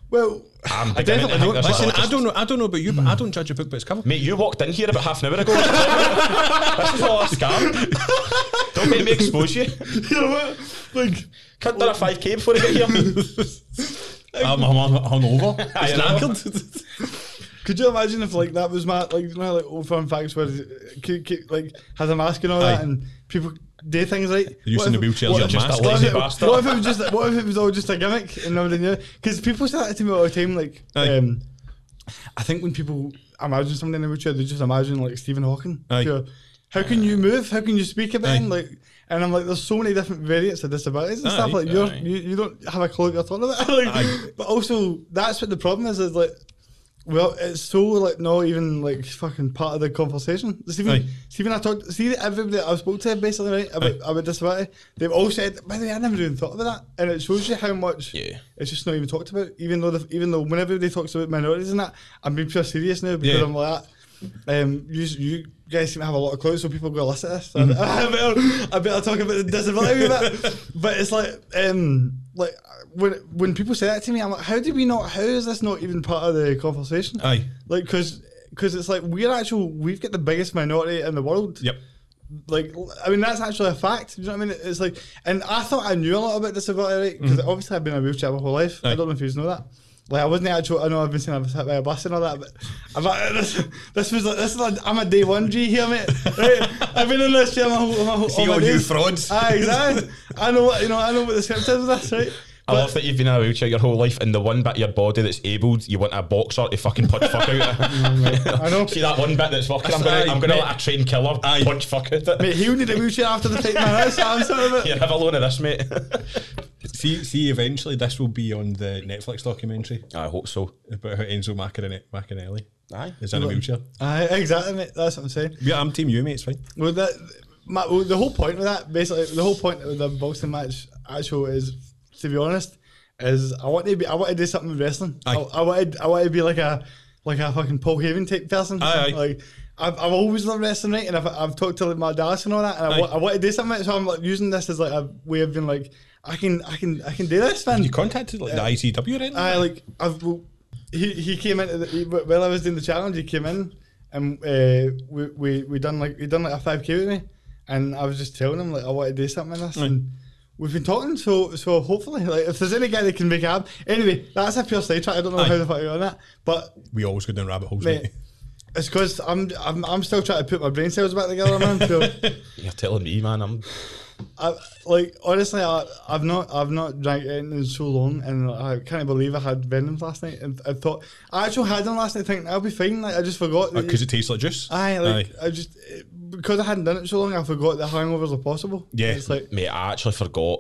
B: well, (laughs)
C: I'm
B: I definitely
C: beginning to think
B: don't-
C: there's a
B: listen,
C: lot
D: Listen,
C: of
D: I don't know. I don't know about you, but I don't judge a book by its cover.
C: Mate, you walked in here about half an hour
D: (laughs)
C: ago. this is all a scam. Don't make me expose you.
B: you know what? Like,
C: Can't done a 5k before I get here.
D: I'm, I'm hungover. (laughs) It's (laughs) knackered.
B: Could you imagine if like that was my like you know like old fun facts where it ki- ki- like has a mask and all
D: Aye.
B: that and people do things like
D: You're
B: what
D: using the
B: if-
D: wheelchair
B: what
D: as
B: if-
D: your mask,
B: what if
D: lazy
B: it-
D: bastard.
B: What if it was just what if it was all just a gimmick and nobody knew? Because people say that to me all the time. Like
D: Aye.
B: um, I think when people imagine something in a wheelchair, they just imagine like Stephen Hawking.
D: Aye.
B: Pure, How can you move? How can you speak about
D: Aye.
B: it? Like, and I'm like, there's so many different variants of disabilities and stuff.
D: Aye,
B: Like, you're,
C: aye.
B: you you don't have a clue what you're talking about. (laughs) like,
D: Aye.
B: but also, that's what the problem is. Is like well, it's so like not even like fucking part of the conversation.
D: Aye.
B: Stephen, Stephen, I talked. See everybody that I've spoke to basically right about about disability. They've all said, by the way, I never even thought about that, and it shows you how much
C: Yeah.
B: it's just not even talked about. Even though the, even though when everybody talks about minorities and that, I'm being pure serious now because
D: Yeah.
B: I'm like. Um, you, you guys seem to have a lot of clothes, so people go listen to this. So (laughs) I, better, I better talk about the disability a bit. But it's like, um, like when when people say that to me, I'm like, how do we not? How is this not even part of the conversation?
D: Aye.
B: like because because it's like we're actual we've got the biggest minority in the world
D: (laughs) Yep.
B: like I mean that's actually a fact. Do you know what I mean? It's like, and I thought I knew a lot about disability because obviously I've been in a wheelchair my whole life.
D: Mm-hmm. Aye.
B: I don't know if you know that. Like I wasn't actual. I know I've been saying I was hit by a bus and all that, but I'm a, this, this was like this is like, I'm a day one G here, mate. Right? I've been in this chair my whole, my whole
D: See
B: my
D: all you
B: days.
D: frauds.
B: Aye, exactly. I know what you know. I know what the script is with this, right?
C: I love that you've been in a wheelchair your whole life, and the one bit of your body that's abled, you want a boxer to fucking punch fuck
D: (laughs)
C: out. I
B: know.
C: (laughs) See that one bit that's working. I'm
D: Aye,
C: gonna, I'm gonna
D: mate.
C: let a trained killer
D: Aye.
C: punch fuck out. It.
B: Mate, he'll need a wheelchair after the take man. That's I'm sorry about.
C: You're never alone in this, mate.
D: See, see. Eventually, this will be on the Netflix documentary
C: I hope so.
D: about how Enzo Macchine- Machinelli
C: Aye.
D: is in a wheelchair.
B: Aye, exactly, mate. That's what I'm saying.
D: Yeah, I'm team you, mate. It's fine.
B: Well, that my, well, the whole point of that, basically, the whole point of the boxing match actual is, to be honest, is I want to be, I want to do something with wrestling. I,
D: Aye.
B: I want to, I want to be like a, like a fucking Paul Haven type person.
D: Aye, aye.
B: Like I've, I've always loved wrestling, right? And I've, I've talked to like my Dallas and all that, and I,
D: Aye.
B: wa- I want to do something. So I'm like using this as like a way of being like, I can, I can, I can do this, man.
D: You contacted like the ICW or anything?
B: I like I've well, he he came into the, he, while I was doing the challenge. He came in and uh, we we we done like he done like a five k with me, and I was just telling him like I want to do something with this. And, We've been talking, so so hopefully, like if there's any guy that can make ab. Anyway, that's a pure sidetrack. I don't know
D: Aye.
B: how the fuck you on that, but
D: we always go down rabbit holes, mate. (laughs)
B: mate, it's because I'm, I'm I'm still trying to put my brain cells back together, man. So
C: You're telling me, man. I'm.
B: I, like honestly, I, I've not I've not drank anything in so long, and I can't believe I had Venoms last night. And I thought I actually had them last night, thinking I'll be fine. Like I just forgot.
D: (laughs)
B: that
D: Because
B: you-
D: it tastes like juice.
B: aye, like I just it- because I hadn't done it so long, I forgot that hangovers are possible.
D: Yeah.
B: it's like
C: Mate, I actually forgot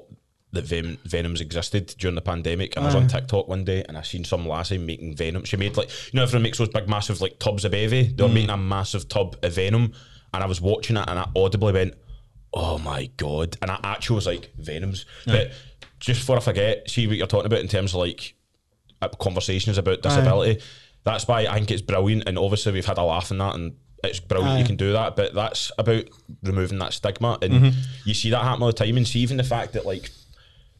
C: that Ven- Venom's existed during the pandemic. And I was on TikTok one day and I seen some lassie making Venom. She made like, you know, everyone makes those big, massive like tubs of bevy. They were making a massive tub of Venom. And I was watching it and I audibly went, oh my God. And I actually was like, Venom's. But just before I forget, see what you're talking about in terms of like uh, conversations about disability. That's why I think it's brilliant, and obviously we've had a laugh in that, and it's brilliant you
B: Aye.
C: can do that. But that's about removing that stigma, and
D: Mm-hmm.
C: you see that happen all the time. And see even the fact that like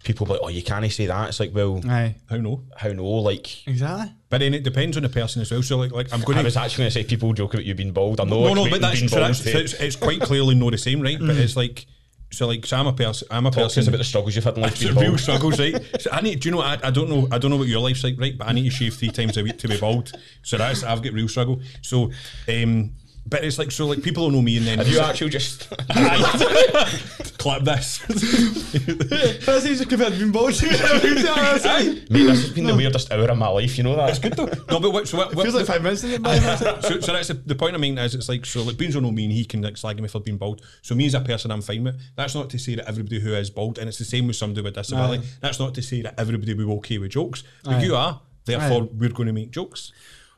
C: people be like, oh, you can't say that. It's like, well,
B: aye,
D: How no?
C: how no? Like,
B: (laughs) exactly.
D: But then it depends on the person as well. So like, like I'm going
C: I
D: to
C: was actually going to say people joke about you being bald. I know
D: no,
C: it's
D: no,
C: making
D: but that's
C: being
D: so
C: bald
D: that's, so
C: to-
D: it's, it's quite clearly not the same, right? But it's like so like so I'm a person. I'm a
C: talk to us
D: person
C: about the struggles you've had in life
D: It's
C: being
D: real
C: bald.
D: struggles, right? So I need. Do you know? I, I don't know. I don't know what your life's like, right? But I need to shave three times a week to be bald. So that's I've got real struggle. So, um, but it's like so like people will know me and then
C: Have you actually just? (laughs)
D: (laughs) clap this.
B: That seems like I've been (laughs) bald. Feels
C: Mate, this has been the weirdest hour of my life. You know that? It's good though.
D: no, but what? So what? what
B: like five minutes in it, by the way.
D: so, so that's the, the point I mean is it's like so like Beans will know me and he can like slag me for being bald. So me as a person, I'm fine with. it. That's not to say that everybody who is bald, and it's the same with somebody with disability. That's not to say that everybody will be okay with jokes. But you are, therefore we're going to make jokes.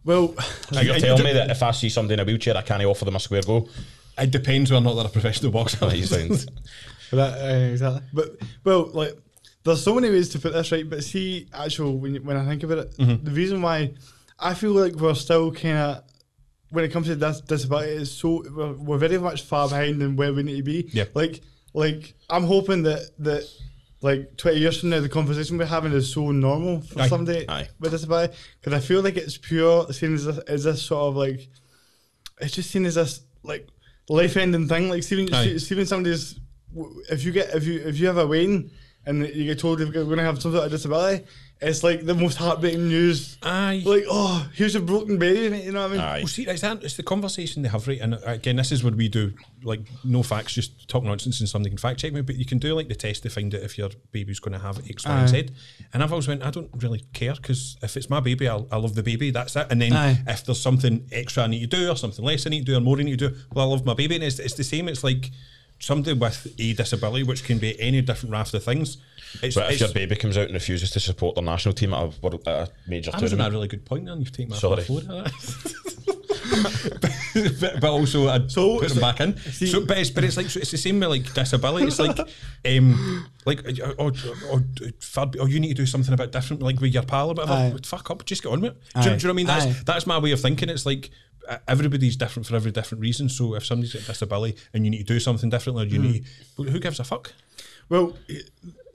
B: Well,
C: So you're telling me that if I see somebody in a wheelchair, I can't offer them a square go.
D: It depends whether or not they're a professional boxer.
C: That sounds.
B: But that, uh, exactly. But well, like there's so many ways to put this right. But see, actual when you- when I think about it, the reason why I feel like we're still kind of when it comes to this disability, it's so we're, we're very much far behind than where we need to be.
D: Yeah.
B: Like like I'm hoping that that. Like twenty years from now, the conversation we're having is so normal for
D: Aye.
B: somebody
C: Aye.
B: with disability because I feel like it's pure. Seen as this, as this sort of like it's just seen as this like life ending thing. Like Stephen,
D: Aye.
B: Stephen, somebody's if you get if you if you have a wedding and you get told you're going to have some sort of disability, it's like the most heartbreaking news.
D: Aye.
B: Like, oh, here's a broken baby, mate, you know what I mean?
C: Aye.
D: Well, Oh, see, it's, that, it's the conversation they have, right? And uh, again, this is what we do, like no facts, just talk nonsense, and somebody can fact check me. But you can do like the test to find out if your baby's going to have X, Y, and Z. And I've always went, I don't really care because if it's my baby, I'll, I love the baby. That's it. And then
B: Aye.
D: if there's something extra I need to do, or something less I need to do, or more I need to do, well, I love my baby. And it's, it's the same. It's like somebody with a disability, which can be any different raft of things. It's,
C: But if
D: it's,
C: your baby comes out and refuses to support their national team at a, world, at a major
D: I was on a
C: tournament,
D: really good point, then. You've taken my
C: Sorry.
D: floor. (laughs) but, but also, I'd put them back in. so, but, it's, but it's like so it's the same with like disability.
B: (laughs)
D: It's like, um, like uh, or, or, or, or oh, you need to do something a bit different, like with your pal or whatever.
B: Aye.
D: Fuck up, just get on with it. Do, you- do you know what I mean? That's
B: Aye.
D: that's my way of thinking. It's like uh, everybody's different for every different reason. So if somebody's got a disability and you need to do something differently, or you
B: Hmm.
D: need, who gives a fuck?
B: Well,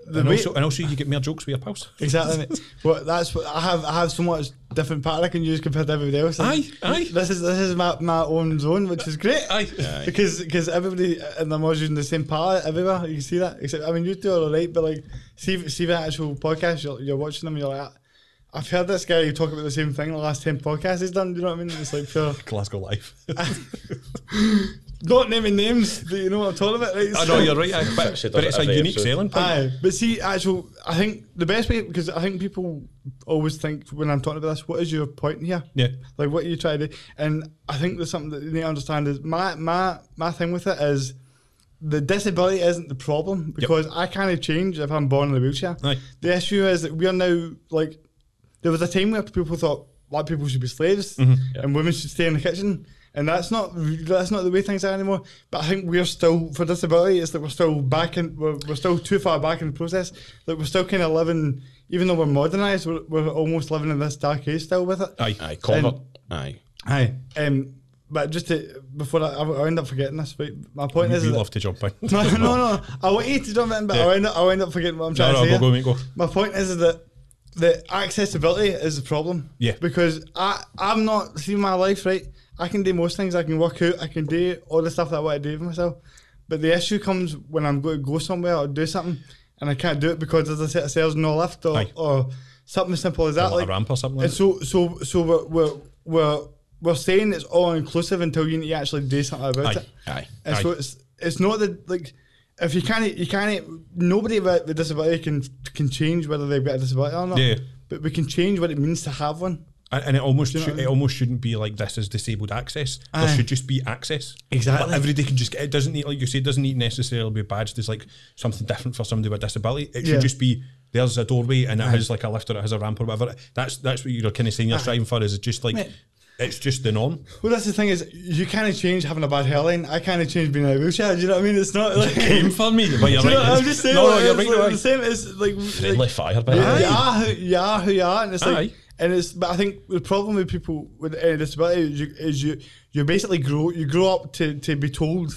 B: the
D: And
B: way-
D: also, and also, you get more jokes with your pals.
B: Exactly. mate. (laughs) well, that's what I have. I have so much different pattern I can use compared to everybody else. and
D: Aye, aye.
B: This is this is my, my own zone, which is great. (laughs)
D: Aye.
B: Because because everybody uh, and I'm always using the same pattern everywhere. You can see that. Except I mean, you two are alright, but like, see see the actual podcast. You're, you're watching them. and You're like, I've heard this guy talk about the same thing the last ten podcasts he's done. Do you know what I mean? It's like pure. (laughs)
D: Glasgow life.
B: Not naming names, but you know what I'm talking about, right? So-
D: I know Oh, you're right, aye, but,
C: She does
D: but
C: it
D: it's a
C: every
D: unique
C: episode.
D: selling
B: (laughs)
D: point.
B: Aye, but see, actual, I think the best way because I think people always think when I'm talking about this, what is your point here?
D: Yeah.
B: like what are you trying to? do? And I think there's something that you need to understand is my my my thing with it is the disability isn't the problem because I can't change if I'm born in a wheelchair.
D: Aye.
B: The issue is that we are now like there was a time where people thought black people should be slaves and women should stay in the kitchen. And that's not that's not the way things are anymore. But I think we're still for disability. It's like we're still back in we're, we're still too far back in the process. Like we're still kind of living, even though we're modernised, we're, we're almost living in this dark age still with it.
D: Aye.
C: aye, convert, aye.
B: Aye. Um, but just to, before I, I end up forgetting this, but my point
D: We,
B: is
D: we
B: that-
D: love to jump in.
B: (laughs) no,
D: (laughs)
B: no, no, no. I want you to jump in, but
D: Yeah.
B: I end up, I end up forgetting what I'm
D: No,
B: trying
D: no,
B: to say.
D: go,
B: here.
D: go, mate, go.
B: My point is that the accessibility is the problem.
D: Yeah.
B: Because I, I'm not see my life right. I can do most things. I can work out. I can do all the stuff that I want to do for myself. But the issue comes when I'm going to go somewhere or do something, and I can't do it because there's a set of cells in the lift or,
D: Aye.
B: or something as simple as that.
D: Like
B: Like
D: a ramp or something like
B: and
D: that.
B: so, so, so we're we're we're, we're saying it's all inclusive until you need to actually do something about
D: Aye.
B: it.
C: Aye.
B: And so
D: Aye.
B: it's it's not that like if you can't you can't nobody with with disability can can change whether they've got a disability or not.
D: Yeah.
B: But we can change what it means to have one.
D: And, and it almost
B: you know
D: shou-
B: what I
D: it
B: mean?
D: almost shouldn't be like this is disabled access.
B: Aye.
D: There should just be access.
B: Exactly.
D: But everybody can just get it. Doesn't need like you say it doesn't need necessarily be badged as like something different for somebody with disability. It
B: Yeah.
D: should just be there's a doorway and it has like a lift or it has a ramp or whatever. That's that's what you're kind of saying you're striving for. Is it just like
B: Mate.
D: it's just the norm?
B: Well, that's the thing is you can't change having a bad hairline. I can't change being in a wheelchair. Do you know what I mean? It's not like.
D: Aim for me, but
B: (laughs)
D: you're
B: Do you know,
D: right.
B: I'm just saying,
D: no,
B: like,
D: no, you're
B: it's
D: right.
B: like
D: you're
B: the
D: right.
B: same. It's like
C: Friendly fire, by the
B: Yeah,
C: way.
B: you are who you are, who you are, and it's like,
D: Aye.
B: and it's. But I think the problem with people with any disability is you, is you, you basically grow, you grow up to, to be told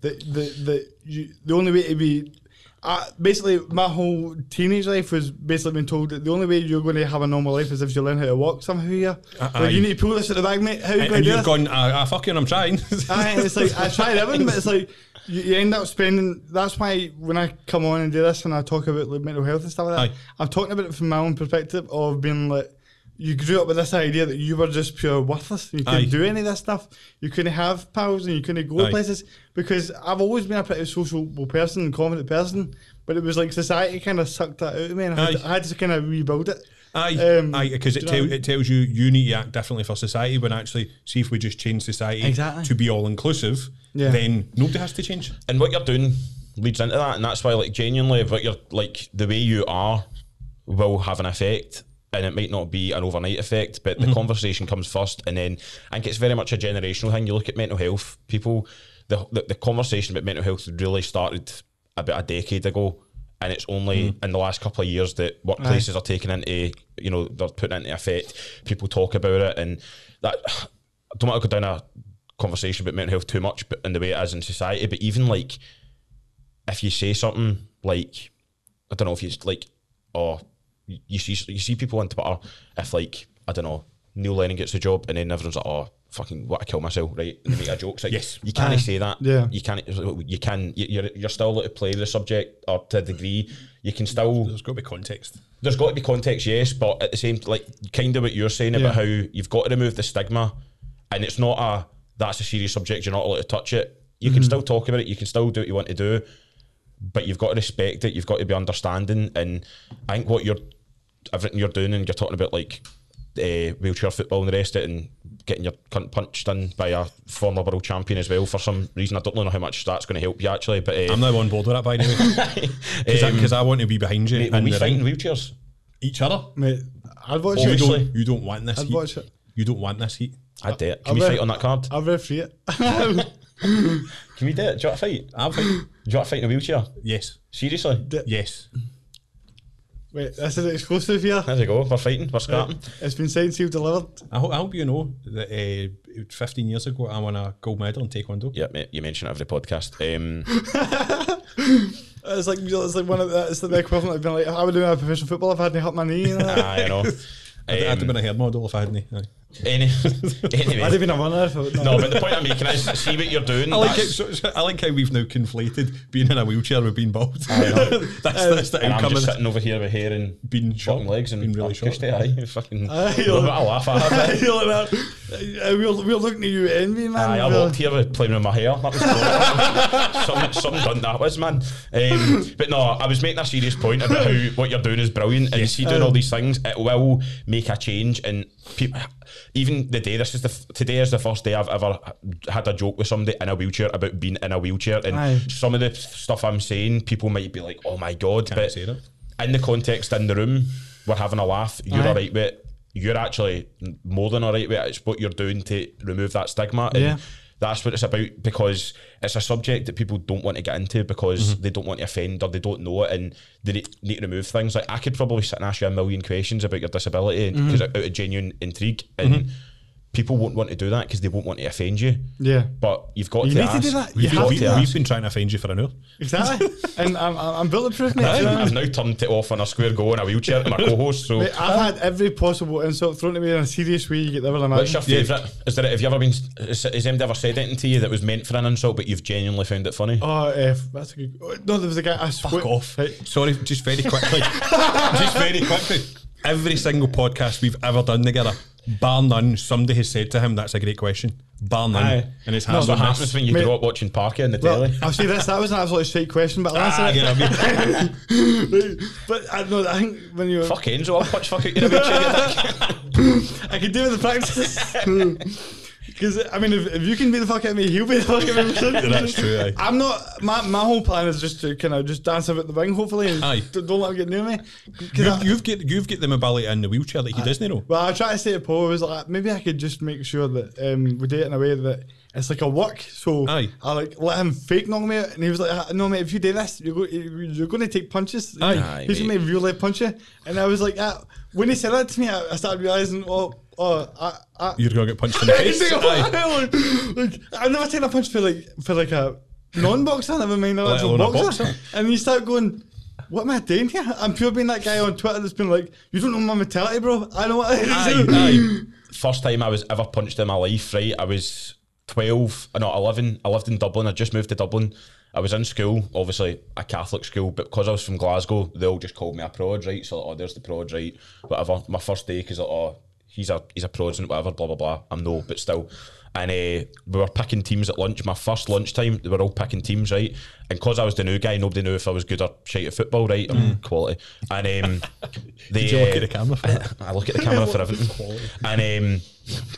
B: that that, that you, the only way to be, uh, basically, my whole teenage life was basically being told that the only way you're going to have a normal life is if you learn how to walk somehow here.
D: aye.
B: Like, you need to pull this at the bag, mate. How you
D: Uh-uh. And,
B: going to
D: and
B: do
D: you've
B: this?
D: gone, ah, ah, fuck you, and I'm trying.
B: Aye, and it's like I tried everything, but it's like you, you end up spending. That's why when I come on and do this and I talk about like, mental health and stuff like that,
D: Aye.
B: I'm talking about it from my own perspective of being like, you grew up with this idea that you were just pure worthless. You couldn't
D: Aye.
B: do any of this stuff. You couldn't have pals and you couldn't go
D: Aye.
B: places because I've always been a pretty sociable person and confident person, but it was like society kind of sucked that out of me and I had,
D: Aye.
B: I had to kind of rebuild it.
D: Aye,
B: Um,
D: aye, because it,
B: do you know
D: tell,
B: what I
D: it tells you you need to act differently for society. When actually, see if we just change society
B: Exactly.
D: to be all inclusive,
B: Yeah.
D: then nobody has to change.
C: and what you're doing leads into that, and that's why, like, genuinely, what you're like, the way you are will have an effect, and it might not be an overnight effect, but the conversation comes first, and then I think it's very much a generational thing. You look at mental health, people, the the, the conversation about mental health really started about a decade ago. And it's only in the last couple of years that workplaces are taking into, you know, they're putting into effect. People talk about it, and that I don't want to go down a conversation about mental health too much, but in the way it is in society. But even like if you say something like I don't know if you like or you you see you see people on Twitter if like I don't know Neil Lennon gets the job and then everyone's like oh fucking what I kill myself right and they make a joke it's like
D: Yes.
C: you can't say that
B: yeah.
C: you can't you can you- you're, you're still allowed to play the subject or to a degree you can still
D: There's got to be context.
C: there's got to be context, yes, but at the same, like kind of what you're saying
B: Yeah.
C: about how you've got to remove the stigma, and it's not a that's a serious subject. You're not allowed to touch it. You
D: Mhm.
C: can still talk about it. You can still do what you want to do, but you've got to respect it. You've got to be understanding. And I think what you're everything you're doing, and you're talking about like uh, wheelchair football and the rest of it, and getting your cunt punched in by a former world champion as well for some reason. I don't know how much that's going to help you actually, but uh, (laughs)
D: I'm (laughs) now on board with that, by the way, because I want to be behind you
C: mate,
D: and
C: we
D: the ring.
C: fighting wheelchairs.
D: each other.
B: Mate, I'd watch
D: You
B: it.
C: Obviously.
D: don't, you don't want this
B: I'd
D: heat.
B: watch it.
D: You don't want this heat.
C: I dare. it. Can
B: I'll
C: we
B: be-
C: fight on that card?
B: I'd referee it.
C: Can we do it? Do you want to fight? Ah,
D: I'll fight.
C: Do you want to fight in a wheelchair?
D: yes.
C: Seriously?
D: Yes.
B: (laughs) Wait, this is exclusive here.
C: There we go. We're fighting. We're scrapping.
B: It's been signed, sealed, delivered.
D: I, ho- I hope you know that uh, 15 years ago I won a gold medal in Taekwondo.
C: Yeah, mate, you mention it every podcast.
D: (laughs)
C: Um,
B: Uh, It's like it's like one of the, it's the equivalent of being like, I would do a professional football if I hadn't hurt my knee. and that.
C: aye, ah, I know.
D: I'd, I'd have
C: Um,
D: been a hair model if I hadn't. Aye. (laughs)
C: any,
B: I'd have
C: anyway.
B: been a runner if I would not. (laughs)
C: No, but the point I'm making is see what you're doing.
D: I like, it,
C: that's-
D: so, so- I like how we've now conflated being in a wheelchair with being bald. (laughs) that's, that's the
C: and I'm
D: outcome of
C: just
D: this.
C: sitting over here with hair and
D: Being
C: short
D: short,
C: legs and
D: being really
C: I've
D: short.
C: kissed It, aye, fucking.
B: Aye,
C: I laugh at.
D: (laughs)
B: Aye, you're like uh, that. Aye, we're, we're looking at you with envy, man.
C: Aye, I
B: We're-
C: walked here with- playing with my hair. That was cool. (laughs) some, some done that was man. Um, but no, I was making a serious point about how what you're doing is brilliant, and see doing all these things, it will make a change. And people, even the day this is the f- today is the first day I've ever had a joke with somebody in a wheelchair about being in a wheelchair, and
B: Aye.
C: some of the stuff I'm saying, people might be like, "Oh my god,"
D: Can't
C: but
D: say that.
C: in the context in the room, we're having a laugh. You're
B: Aye.
C: alright with it. You're actually more than alright with it. It's what you're doing to remove that stigma. And
B: Yeah.
C: that's what it's about because it's a subject that people don't want to get into because
B: Mm-hmm.
C: they don't want to offend or they don't know it and they ne- need to remove things. Like I could probably sit and ask you a million questions about your disability
B: Mm-hmm.
C: because out of genuine intrigue and people won't want to do that because they won't want to offend you.
B: Yeah.
C: But you've got
B: You
C: to
B: need to
C: ask.
B: do that.
D: We've
B: You
D: been,
B: have
D: we,
B: to do that.
D: have been trying to find you for an hour.
B: Exactly. and I'm, I'm, I'm bulletproof, mate. do you know what I
C: I've
B: mean?
C: now turned it off on a square goal in a
B: (laughs)
C: wheelchair to my co-host. So
B: Mate, I've had every possible insult thrown at me in a serious way you could ever
C: What's
B: imagine.
C: your favourite? Is there? Have you ever been? Has has anybody ever said anything to you that was meant for an insult, but you've genuinely found it funny?
B: Oh, F. That's a good. oh, No, there was a guy. I swear.
D: Fuck off.
B: Right.
D: Sorry, just very quickly. just very quickly. Every single podcast we've ever done together, bar none, somebody has said to him, that's a great question. Bar none.
B: Aye.
D: And it's
B: No,
C: That's
D: has
C: what
D: on this.
C: happens when you
B: Mate-
C: grow up watching Parker in the
B: Well,
C: telly.
B: I'll say this. That was an absolutely straight question, but I'll answer (laughs)
D: Ah,
B: it.
D: you know what I mean?
B: But I know. I think when you
C: Fuck Enzo, I'll punch fuck out
B: (laughs)
C: your wheelchair.
B: I could do with the practices. (laughs) Because I mean, if, if you can be the fuck out of me, he'll be the fuck out of me.
D: that's true, eh? aye.
B: I'm not. My, my whole plan is just to kind of just dance about the ring, hopefully. And
D: Aye.
B: Don't, don't let him get near me. 'Cause I-
D: You've, you've get you've get the mobility in the wheelchair that he doesn't know.
B: well, I try to say to Paul, I was like, maybe I could just make sure that um, we do it in a way that it's like a work. So
D: Aye.
B: I like let him fake knock me out, and he was like, "Ah, "No, mate, if you do this, you're, go- you're going to take punches.
D: Aye.
C: Aye,
B: he's going to real life punch you." And I was like, ah. when he said that to me, I, I started realizing, oh, oh, I, I,
D: You're gonna get punched in the face.
B: (laughs) Like,
D: Aye.
B: like, like, I've never taken a punch for like for like a non-boxer. Never mind an
D: Let
B: actual
D: alone a
B: boxer.
D: boxer.
B: And you start going, "What am I doing here?" I'm pure being that guy on Twitter that's been like, "You don't know my mentality, bro. I know what I
C: Aye,
B: do."
C: aye. First time I was ever punched in my life. Right, I was twelve, uh, not eleven. I lived in Dublin. I just moved to Dublin. I was in school, obviously a Catholic school, but because I was from Glasgow, they all just called me a prod, right? So, like, oh, there's the prod, right? Whatever. My first day, because oh, he's a he's a prodigy, whatever, blah blah blah. I'm no, but still. And uh, we were picking teams at lunch. My first lunchtime, they were all picking teams, right? And because I was the new guy, nobody knew if I was good or shite at football, right? Or quality. And um, they
D: Mm. (laughs) Did you look
C: uh,
D: at the
C: (laughs)
D: camera for that?
C: I look at the camera for everything. And um,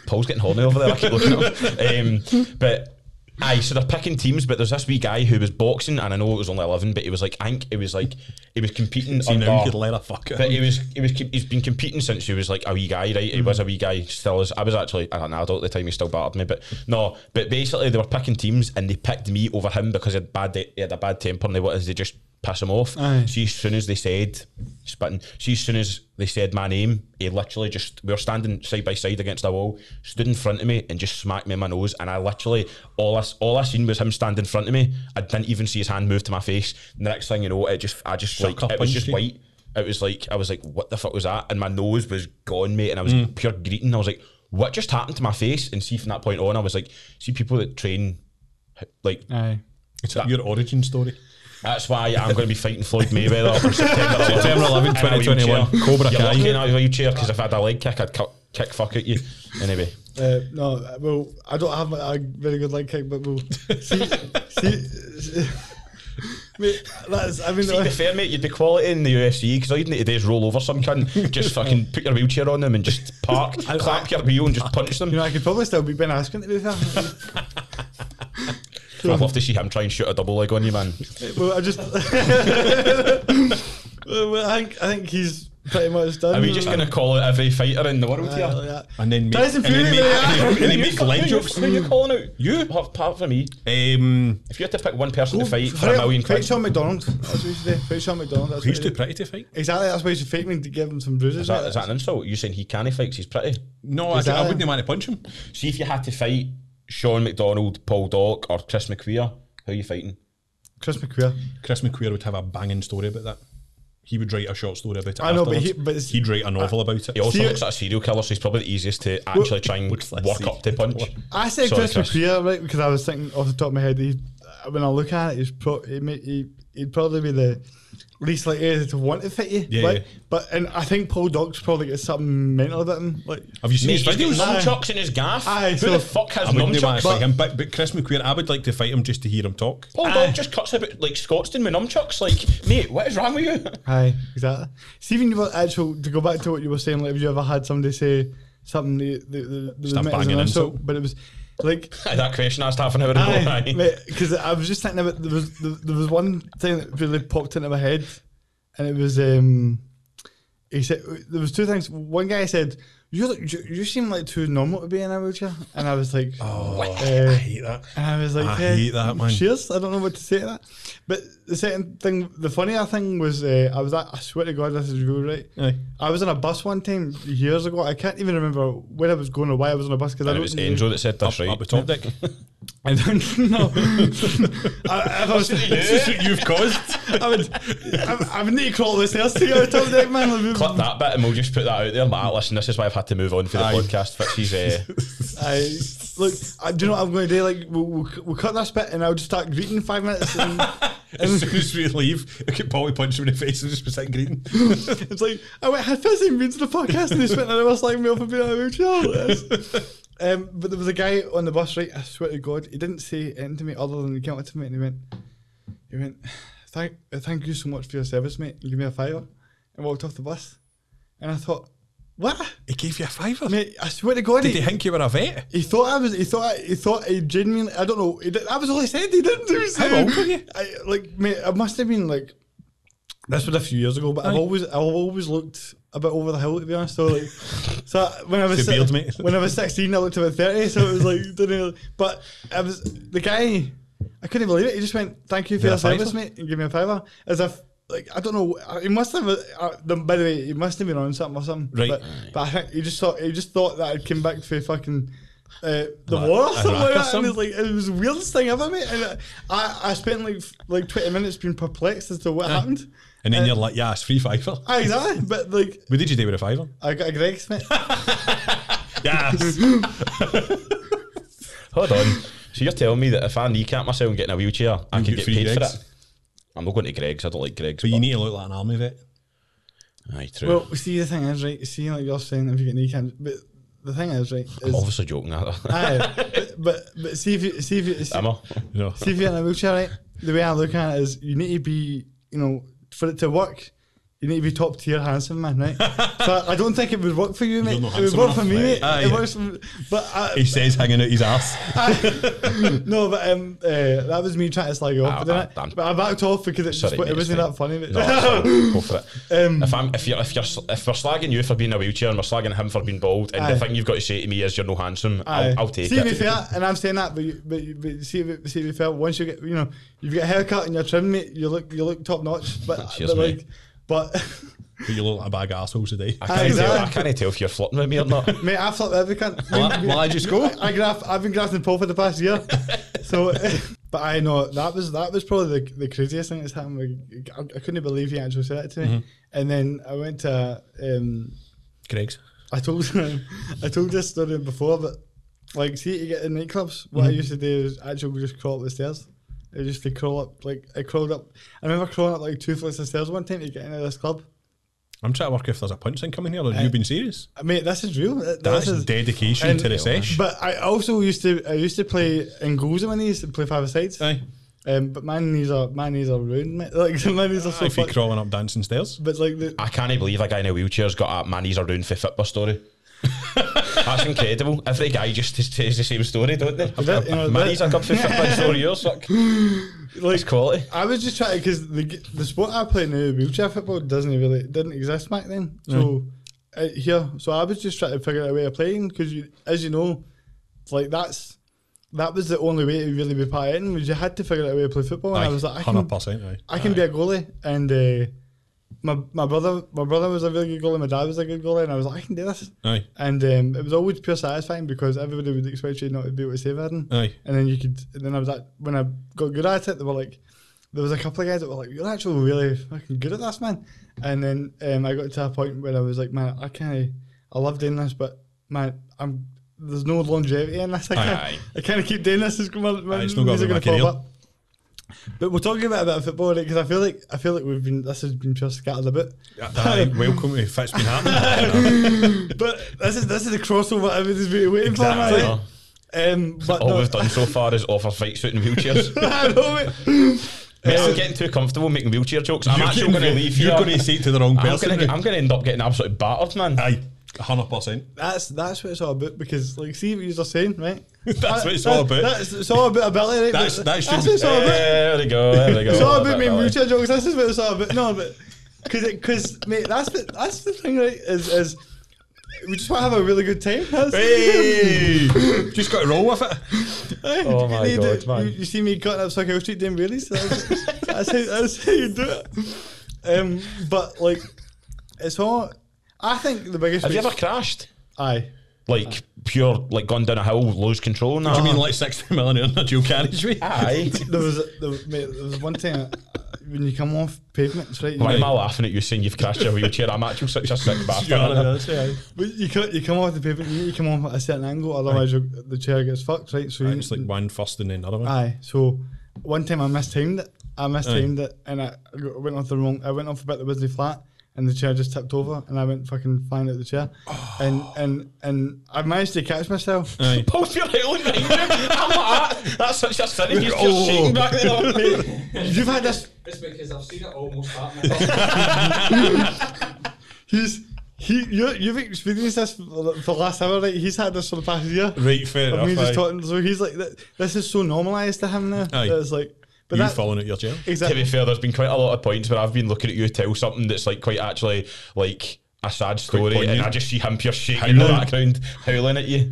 C: Paul's getting horny over there. I keep looking at
D: (laughs)
C: him. Um, but aye, so they're picking teams. But there's this wee guy who was boxing, and I know it was only eleven, but he was like, I think it was like he was competing.
D: See, now you
C: under-
D: could let a fuck out.
C: but he was he was keep- he's been competing since he was like a wee guy, right? He was a wee guy, still is. I was actually an adult at the time. He still battered me, but no. But basically, they were picking teams, and they picked me over him because he had bad he had a bad temper, and they wanted to just piss him off.
B: Aye.
C: See, as soon as they said spitting, see, as soon as they said my name, he literally just we were standing side by side against the wall, stood in front of me, and just smacked me in my nose. And I literally all I s- all I seen was him stand in front of me. I didn't even see his hand move to my face. And the next thing you know, it just I just
D: Sucker
C: like it was
D: punched
C: just
D: you.
C: white night, it was like I was like, what the fuck was that? And my nose was gone, mate, and I was
D: Mm.
C: pure greeting. I was like, what just happened to my face? And see from that point on, I was like, see people that train like
B: Aye.
D: It's your origin story.
C: That's why I'm going to be fighting Floyd Mayweather on September 11th.
D: September 11th,
C: in a wheelchair.
D: 2021, Cobra
C: You're
D: Kai.
C: lucky you're not in a wheelchair because if I had a leg kick, I'd cu- kick fuck at you. Anyway,
B: Uh, no, well, I don't have a a very good leg kick, but we'll (laughs) see. see (laughs) mate, that's, I mean,
C: to be fair, mate, you'd be quality in the UFC because all you need to do is roll over some cunt,
D: (laughs)
C: just fucking put your wheelchair on them and just park, clap your wheel and just punch them.
B: you know, I could probably still beat Ben Askren to be fair.
C: I'd love to see him try and shoot a double leg on you, man.
B: (laughs) well, I just, (laughs) well, I think I think he's pretty much done.
C: Are we just going to call out every fighter in the world here?
B: Uh, Hmm. yeah.
D: And then make,
B: Tyson
D: and
B: Fury,
D: then make-
B: yeah.
D: and then make
C: Who you-
D: line
C: who you-
D: jokes.
C: Who you calling out?
D: You?
C: Well, Apart from me,
D: Um,
C: if you had to pick one person to fight for
B: Fight-
C: a million
B: fight
C: quid,
B: Sean McDonald. That's what you should do. Fight Sean McDonald. That's
D: he's
B: what
D: too
B: you do.
D: pretty to fight.
B: Exactly. That's why you should fake me to give him some bruises.
C: is that,
B: mate.
C: is that an insult? You saying he can't fight 'cause he's pretty?
D: No, I,
B: Is that
D: I
B: it?
D: wouldn't want to punch him.
C: See if you had to fight Sean McDonald, Paul Dock, or Chris McQueer, who are you fighting?
B: Chris McQueer.
D: Chris McQueer would have a banging story about that. He would write a short story about it.
B: I know, but
D: afterwards.
B: he- but it's-
D: would write a novel about it.
C: He also
B: See,
C: looks like a serial killer, so he's probably the easiest to actually try and
D: looks like a
C: work up to
D: serial
C: punch.
D: killer.
B: I said
C: Sorry,
B: Chris,
C: Chris.
B: McQueer, right? Because I was thinking off the top of my head, he, when I look at it, he's pro- he, may- he, he'd probably be the least likely to want to fit you.
D: Yeah,
B: like,
D: yeah.
B: But and I think Paul Dogg's probably got something mental about him. Like,
D: Have you seen
C: Mate,
D: his
C: he's got
B: none.
D: videos?
C: nunchucks in his gaff.
B: Aye,
C: Who
B: so-
C: the fuck has
D: I wouldn't want
C: nunchucks?
D: to fight him, but, but Chris McQueer, I would like to fight him just to hear him talk.
C: Paul Dock just cuts about like Scotston with nunchucks. Like, mate, what is wrong with you?
B: aye, exactly. Stephen, you were actual to go back to what you were saying. Like, have you ever had somebody say something that, that, that, that was
D: a
B: meant as
D: banging
B: an insult,
D: insult.
B: but it was like
C: that question asked half an hour ago. (laughs) aye.
B: because I was just thinking about there was there, there was one thing that really popped into my head, and it was um, he said there was two things. One guy said, "You look- you, you seem like too normal to be in a wheelchair," and I was like,
D: Oh,
B: eh,
D: I hate that.
B: and I was like,
D: I
B: eh,
D: hate that, man.
B: Cheers. I don't know what to say to that. But the second thing, the funnier thing was, uh, I was at, I swear to God, this is real, right?
D: Aye.
B: I was on a bus one time years ago. I can't even remember where I was going or why I was on a bus because I
C: And it
B: don't
C: was
B: really-
C: Enzo that said that's
D: Up,
C: right.
D: up the
B: (laughs)
C: (laughs)
D: top deck.
B: I don't (laughs) know. I, if I was,
D: what (laughs) you've
B: (laughs)
D: caused.
B: I would, I, I would need to crawl this stairs to get out of deck, man. Like, we-
C: Clip that bit and we'll just put that out there. Matt, listen, this is why I've had to move on for the
D: Aye.
C: podcast. Fitzy's, uh,
B: I, look, I, do you know what I'm going to do? Like, we'll, we'll, we'll cut this bit and I'll just start greeting in five minutes. And
D: (laughs) As soon as we leave, I could probably punch him in the face and just present green. (laughs)
B: it's like, Oh, I went, had first even been to the podcast and they spent an hour slagging me off for being out of
D: (laughs)
B: wheelchair. Um, but there was a guy on the bus, right? I swear to God, he didn't say anything to me other than he came up to me and he went, he went, thank, thank you so much for your service, mate. Give me a fiver. And walked off the bus. And I thought, what?
D: He gave you a fiver.
B: Mate, I swear to God,
D: Did
B: he,
D: he think you were a vet?
B: he thought I was. He thought. I, he thought I genuinely. I don't know. He did, that was all he said. He didn't do.
D: How old were you?
B: I, like, mate, I must have been like. This was a few years ago, but I've
D: Aye.
B: always, I've always looked a bit over the hill to be honest. So like, so when I was
D: The
B: si-
D: beard, mate.
B: when I was sixteen, I looked about thirty. So it was like, (laughs) didn't know, but I was the guy. I couldn't believe it. He just went, "Thank you for
D: Yeah,
B: your
D: a fiver.
B: service, mate," and give me a fiver, as if like I don't know. He must have. Uh, the, by the way, he must have been on something or something.
D: Right.
B: But, but I think he just thought he just thought that I'd come back for fucking uh, the
D: Like,
B: war or
D: Iraq
B: something like
D: or
B: that. And
D: something?
B: it's like it was the weirdest thing ever, mate. And uh, I, I spent like f- like twenty minutes being perplexed as to what happened.
D: And then you're like, yeah, it's free fiver.
B: Aye, exactly. But like
D: What did you do with a fiver?
B: I got a Greg's
C: (laughs)
B: mate.
D: (laughs) Yes.
C: Hold on. So you're telling me that if I kneecap myself and get in a wheelchair, I
D: You'll
C: could
D: get
C: get,
D: free
C: paid
D: Greggs.
C: for it? I'm not going to Greg's. I don't like Greg's.
D: but you need to look like an army vet.
C: Aye, true.
B: well, see the thing is right. See like you're saying if you get knee cams, but the thing is right.
C: I'm
B: Is,
C: obviously joking at
D: (laughs)
C: that.
B: aye, but, but but see if you see if you see,
C: Am I?
D: No.
B: See if you're in a wheelchair, right? The way I look at it is you need to be, you know, for it to work, you need to be top tier handsome man,
C: (laughs)
B: right? so I don't think it would work for you, mate.
D: not
B: It would
D: handsome
B: work for
D: enough,
B: me,
D: mate.
B: mate.
C: Ah,
D: Aye.
B: It works for, but
D: He
B: I,
D: says hanging out his ass.
B: I- no, but um, uh, that was me trying to slag you
C: Ah,
B: off. but, then
C: ah,
B: I,
C: damn.
B: but I backed off because it,
C: Sorry,
B: just,
C: mate,
B: it wasn't
C: it's
B: that funny. Mate.
C: No, sorry, go for it.
B: (laughs) Um,
C: if I'm, if you're, if you're, sl- if we're slagging you for being in a wheelchair and we're slagging him for being bald, and
B: Aye.
C: the thing you've got to say to me is you're no handsome,
B: Aye.
C: I'll, I'll take
B: see
C: it.
B: if you fair, and I'm saying that, but you, but, you, but see if you- see if you fair. Once you get, you know, you've got a haircut and you're trimmed, mate. You look you look top notch, but,
C: (laughs) Cheers,
B: but
C: mate.
B: like, but (laughs)
D: But (laughs) you look like a bag of assholes today.
C: I can't,
B: Aye,
C: tell, I
B: exactly.
C: can't tell if you're flirting with me or not.
B: Mate, I've slept with every
C: (laughs)
B: cunt.
D: Well,
B: Mate,
D: I- well, I just go.
B: I graph, I've been grafting Paul for the past
C: (laughs)
B: year. So, (laughs) but I know that was that was probably the, the craziest thing that's happened. Like, I, I couldn't believe he actually said it to me.
C: Mm-hmm.
B: And then I went to, um,
D: Greg's.
B: I told (laughs) him, I told this story before, but like, see, you get in nightclubs. What I used to do is actually just crawl up the stairs. It just to crawl up, like I crawled up. I remember crawling up like two flights of stairs one time to get into this club.
D: I'm trying to work if there's a punch thing coming here. Or
B: Aye.
D: you been serious?
B: I mean, this is real. Th-
D: That's
B: this is,
D: dedication
B: and-
D: to the sesh.
B: But I also used to, I used to play in goals in my knees and play five sides.
D: Aye.
B: Um, but my knees are, my knees are ruined. mate. (laughs) Like my knees are so.
D: Ah, if you're
B: fucked.
D: crawling up dancing stairs.
B: But like the,
C: I can't believe a guy in a wheelchair's got a man he's around for football story. (laughs) That's incredible. Every guy just t- tells the same story, don't they?
B: that- you know, that-
C: Manny's a good for football story,
B: (laughs)
C: yours, fuck. It's
B: like
C: quality.
B: I was just trying because the g- the sport I play now, wheelchair football, doesn't really didn't exist back then. So uh, here, so I was just trying to figure out a way of playing because you, as you know, it's like that's that was the only way to really be part of it. Was you had to figure out a way to play football, and I was like, I
D: hundred
B: can,
D: percent. Aye.
B: I can be a goalie, and uh, my my brother my brother was a really good goalie, my dad was a good goalie, and I was like, I can do this.
D: Aye.
B: And um, it was always pure satisfying because everybody would expect you not to be able to save Aaron. (laughs)
D: Aye.
B: And then you could. And then I was at when I got good at it. They were like, there was a couple of guys that were like, "You're actually really fucking good at this, man." And then um, I got to a point where I was like, "Man, I can't. I love doing this, but man, I'm there's no longevity in this. I can't.
C: Aye.
B: I can't keep doing this. It's my, my
D: Aye, it's
B: knees
D: not
B: are going
D: gonna be my
B: to fall
D: career.
B: apart." But we're talking about a bit of football because I feel like I feel like we've been this has been pure scattered a bit.
D: Aye, welcome to Fit's been happening.
B: (laughs) But this is this is the crossover everybody's been waiting
C: Exactly.
B: for, man. Um, but
C: All
B: no,
C: we've done so far is offer fights out in
B: (laughs)
C: wheelchairs.
B: I know it.
C: Mate, I'm getting too comfortable making wheelchair jokes. I'm actually going to leave
D: You're
C: here.
D: going to say to the wrong
C: I'm
D: person.
C: going to
D: Rick.
C: end up getting absolutely battered, man.
D: Aye, hundred percent.
B: That's that's what it's all about because like see what you're saying, right?
D: (laughs) That's
B: That-
D: what it's all about.
B: That's it's all about ability, right?
D: That's-
B: But
D: that should
B: that's
D: be-
B: what it's all about.
C: There we go. There we go.
B: It's all about
C: That
B: making
C: way.
B: wheelchair jokes. This is what it's all about. No, but because because mate, that's the that's the thing, right? Is is we just want to have a really good time. That's-
D: Hey, just got to roll with it.
B: (laughs)
C: Oh my
B: You do-
C: God, man.
B: You, you see me cutting up Sucker Street doing wheelies? That's, that's, how, that's how you do it. Um, but like, it's all. I think the biggest.
C: Have you
B: weak-
C: ever crashed?
B: Aye.
C: Like pure, like gone down a hill, lose control and that.
D: I mean, like sixty million in a dual carriageway. (laughs)
C: aye.
B: There was, there, was- mate, there was one time uh, when you come off pavements, right? You,
C: Why am I laughing at you saying you've crashed your wheelchair? I'm actually such a sick bastard.
D: Yeah, I know,
C: aren't
D: that's it, aye.
B: but you, co- you come off the pavement, you need to come off at a certain angle, otherwise you the chair gets fucked, right? So you,
D: It's like one first and then another one.
B: aye. So one time I mistimed it, I mistimed it, and I go- went off the wrong. I went off about the Wisley flat, and the chair just tipped over, and I went fucking flying out the chair, and and and I managed to catch myself.
C: I?
D: Aye.
C: Both your hailing behind you. I'm like, that. that's such a sin. You're just
D: oh.
C: shaking back there.
B: You've had this
F: It's because I've seen it almost happen.
B: (laughs) He's he. You, you've experienced this for the for the last hour, right? He's had this for the past year.
D: Right, fair
B: Of me
D: enough,
B: just
D: aye.
B: talking, so he's like, th- this is so normalised to him now.
D: Aye.
B: that It's like, but
D: You
B: that
D: falling out your chair.
C: to be
B: exactly.
C: fair, there's been quite a lot of points where I've been looking at you tell something that's like quite actually like a sad story, and
D: poignant.
C: I just see him pure shaking in the
D: Howling.
C: background, howling at you.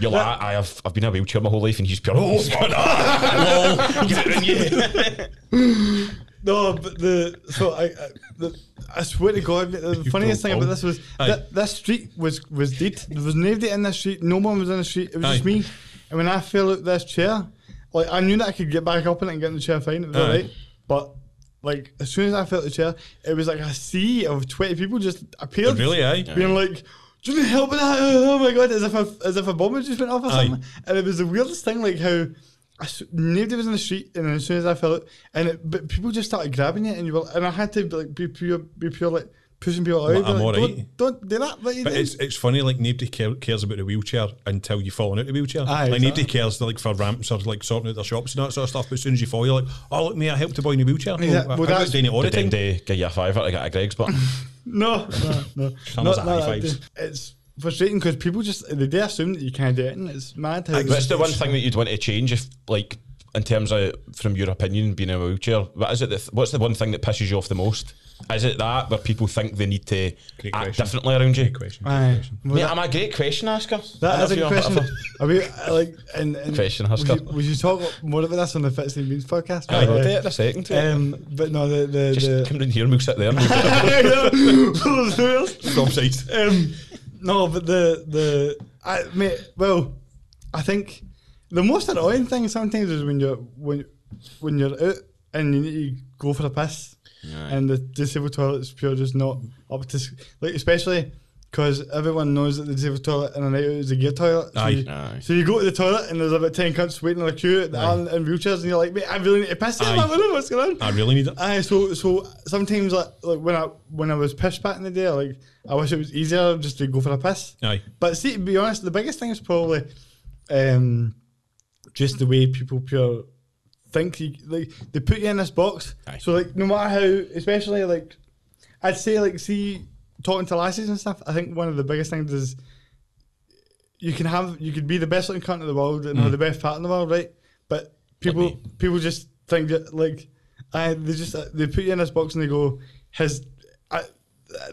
C: You're like, I have, I've been in a wheelchair my whole life, and he's pure, oh,
D: (laughs)
C: fuck, ah, lol, get in you.
B: No, but the so I, I the, I swear to God, mate, the
D: You
B: funniest
D: don't
B: thing about
D: fall.
B: this was
D: Aye.
B: that this street was was dead. There was nobody in this street. No one was in the street. It was
D: Aye.
B: just me. And when I fell out this chair, like I knew that I could get back up in it and get in the chair fine. It was
D: Aye.
B: alright. But like as soon as I fell out the chair, it was like a sea of twenty people just appeared.
D: Really, aye.
B: being like, "Do you need help with that? Oh my god!" As if a, as if a bomb had just went off or
D: Aye.
B: something. And it was the weirdest thing, like how I s- nobody was in the street, and then as soon as I fell out, and it, but people just started grabbing it, and you were, and I had to be like be pure, be pure, like pushing people out.
D: Well,
B: be
D: I'm
B: like,
D: alright.
B: don't, don't do that. What you
D: But
B: doing?
D: it's it's funny, like nobody care, cares about the wheelchair until you fall out of the wheelchair.
B: Aye,
D: like nobody
B: exactly.
D: cares like for ramps or like sorting out their shops and that sort of stuff. But as soon as you fall, you're like, oh look, me, I helped a boy in the wheelchair.
B: Yeah,
D: Well,
B: well,
D: I- I got
B: that's-
D: doing it all the
C: But then
D: time.
C: they give you a fiver to get a Greg's
D: (laughs)
C: button.
B: no, no, no.
D: Thumbs
B: Not-
D: up,
B: not
D: high
B: that
D: fives.
B: day. It's frustrating because people just they do assume that you can't do it, and it's mad how.
C: What's the one thing that you'd want to change if, like, in terms of from your opinion, being in a wheelchair? What is it? That what's the one thing that pisses you off the most? Is it that where people think they need to
D: Great
C: act
D: question.
C: differently around you?
D: Great question.
B: Aye. Well,
C: Mate,
B: that-
C: I'm a great question asker. I
B: That
C: don't
B: is
C: know if
B: a
C: you're bit
B: question.
C: of a-
B: Are we uh, like and, and
C: Question,
B: would you,
C: Husker.
B: would you talk more about this on the Fits and Beans podcast?
C: (laughs) Aye, we'll
B: Uh,
C: do it in a second.
B: Um, but no, the the,
C: Just
B: the
C: come down here and we'll sit
B: (laughs)
C: there.
D: Stop sight.
B: um, no, but the the I mate, well, I think the most annoying thing sometimes is when you're when when you're out and you need to go for a piss, and the disabled toilet's pure just not up to s- like especially. because everyone knows that the disabled toilet in a night out is a gear toilet. So,
D: Aye.
B: you,
C: Aye.
B: so you go to the toilet and there's about 10 cunts waiting in a queue that aren't in wheelchairs and you're like, mate, I really need to piss here,
D: Aye.
B: man, what's going on?
D: I really need it.
B: Aye, so so sometimes like, like when I when I was pissed back in the day, like I wish it was easier just to go for a piss.
D: Aye.
B: But see, to be honest, the biggest thing is probably um, just the way people pure think. You, like they put you in this box,
C: Aye.
B: so like no matter how, especially like I'd say like see talking to lasses and stuff. I think one of the biggest things is you can have you could be the best looking cunt in the world and have the best part in the world, right? But people
C: me.
B: people just think that like I they just they put you in this box and they go his I,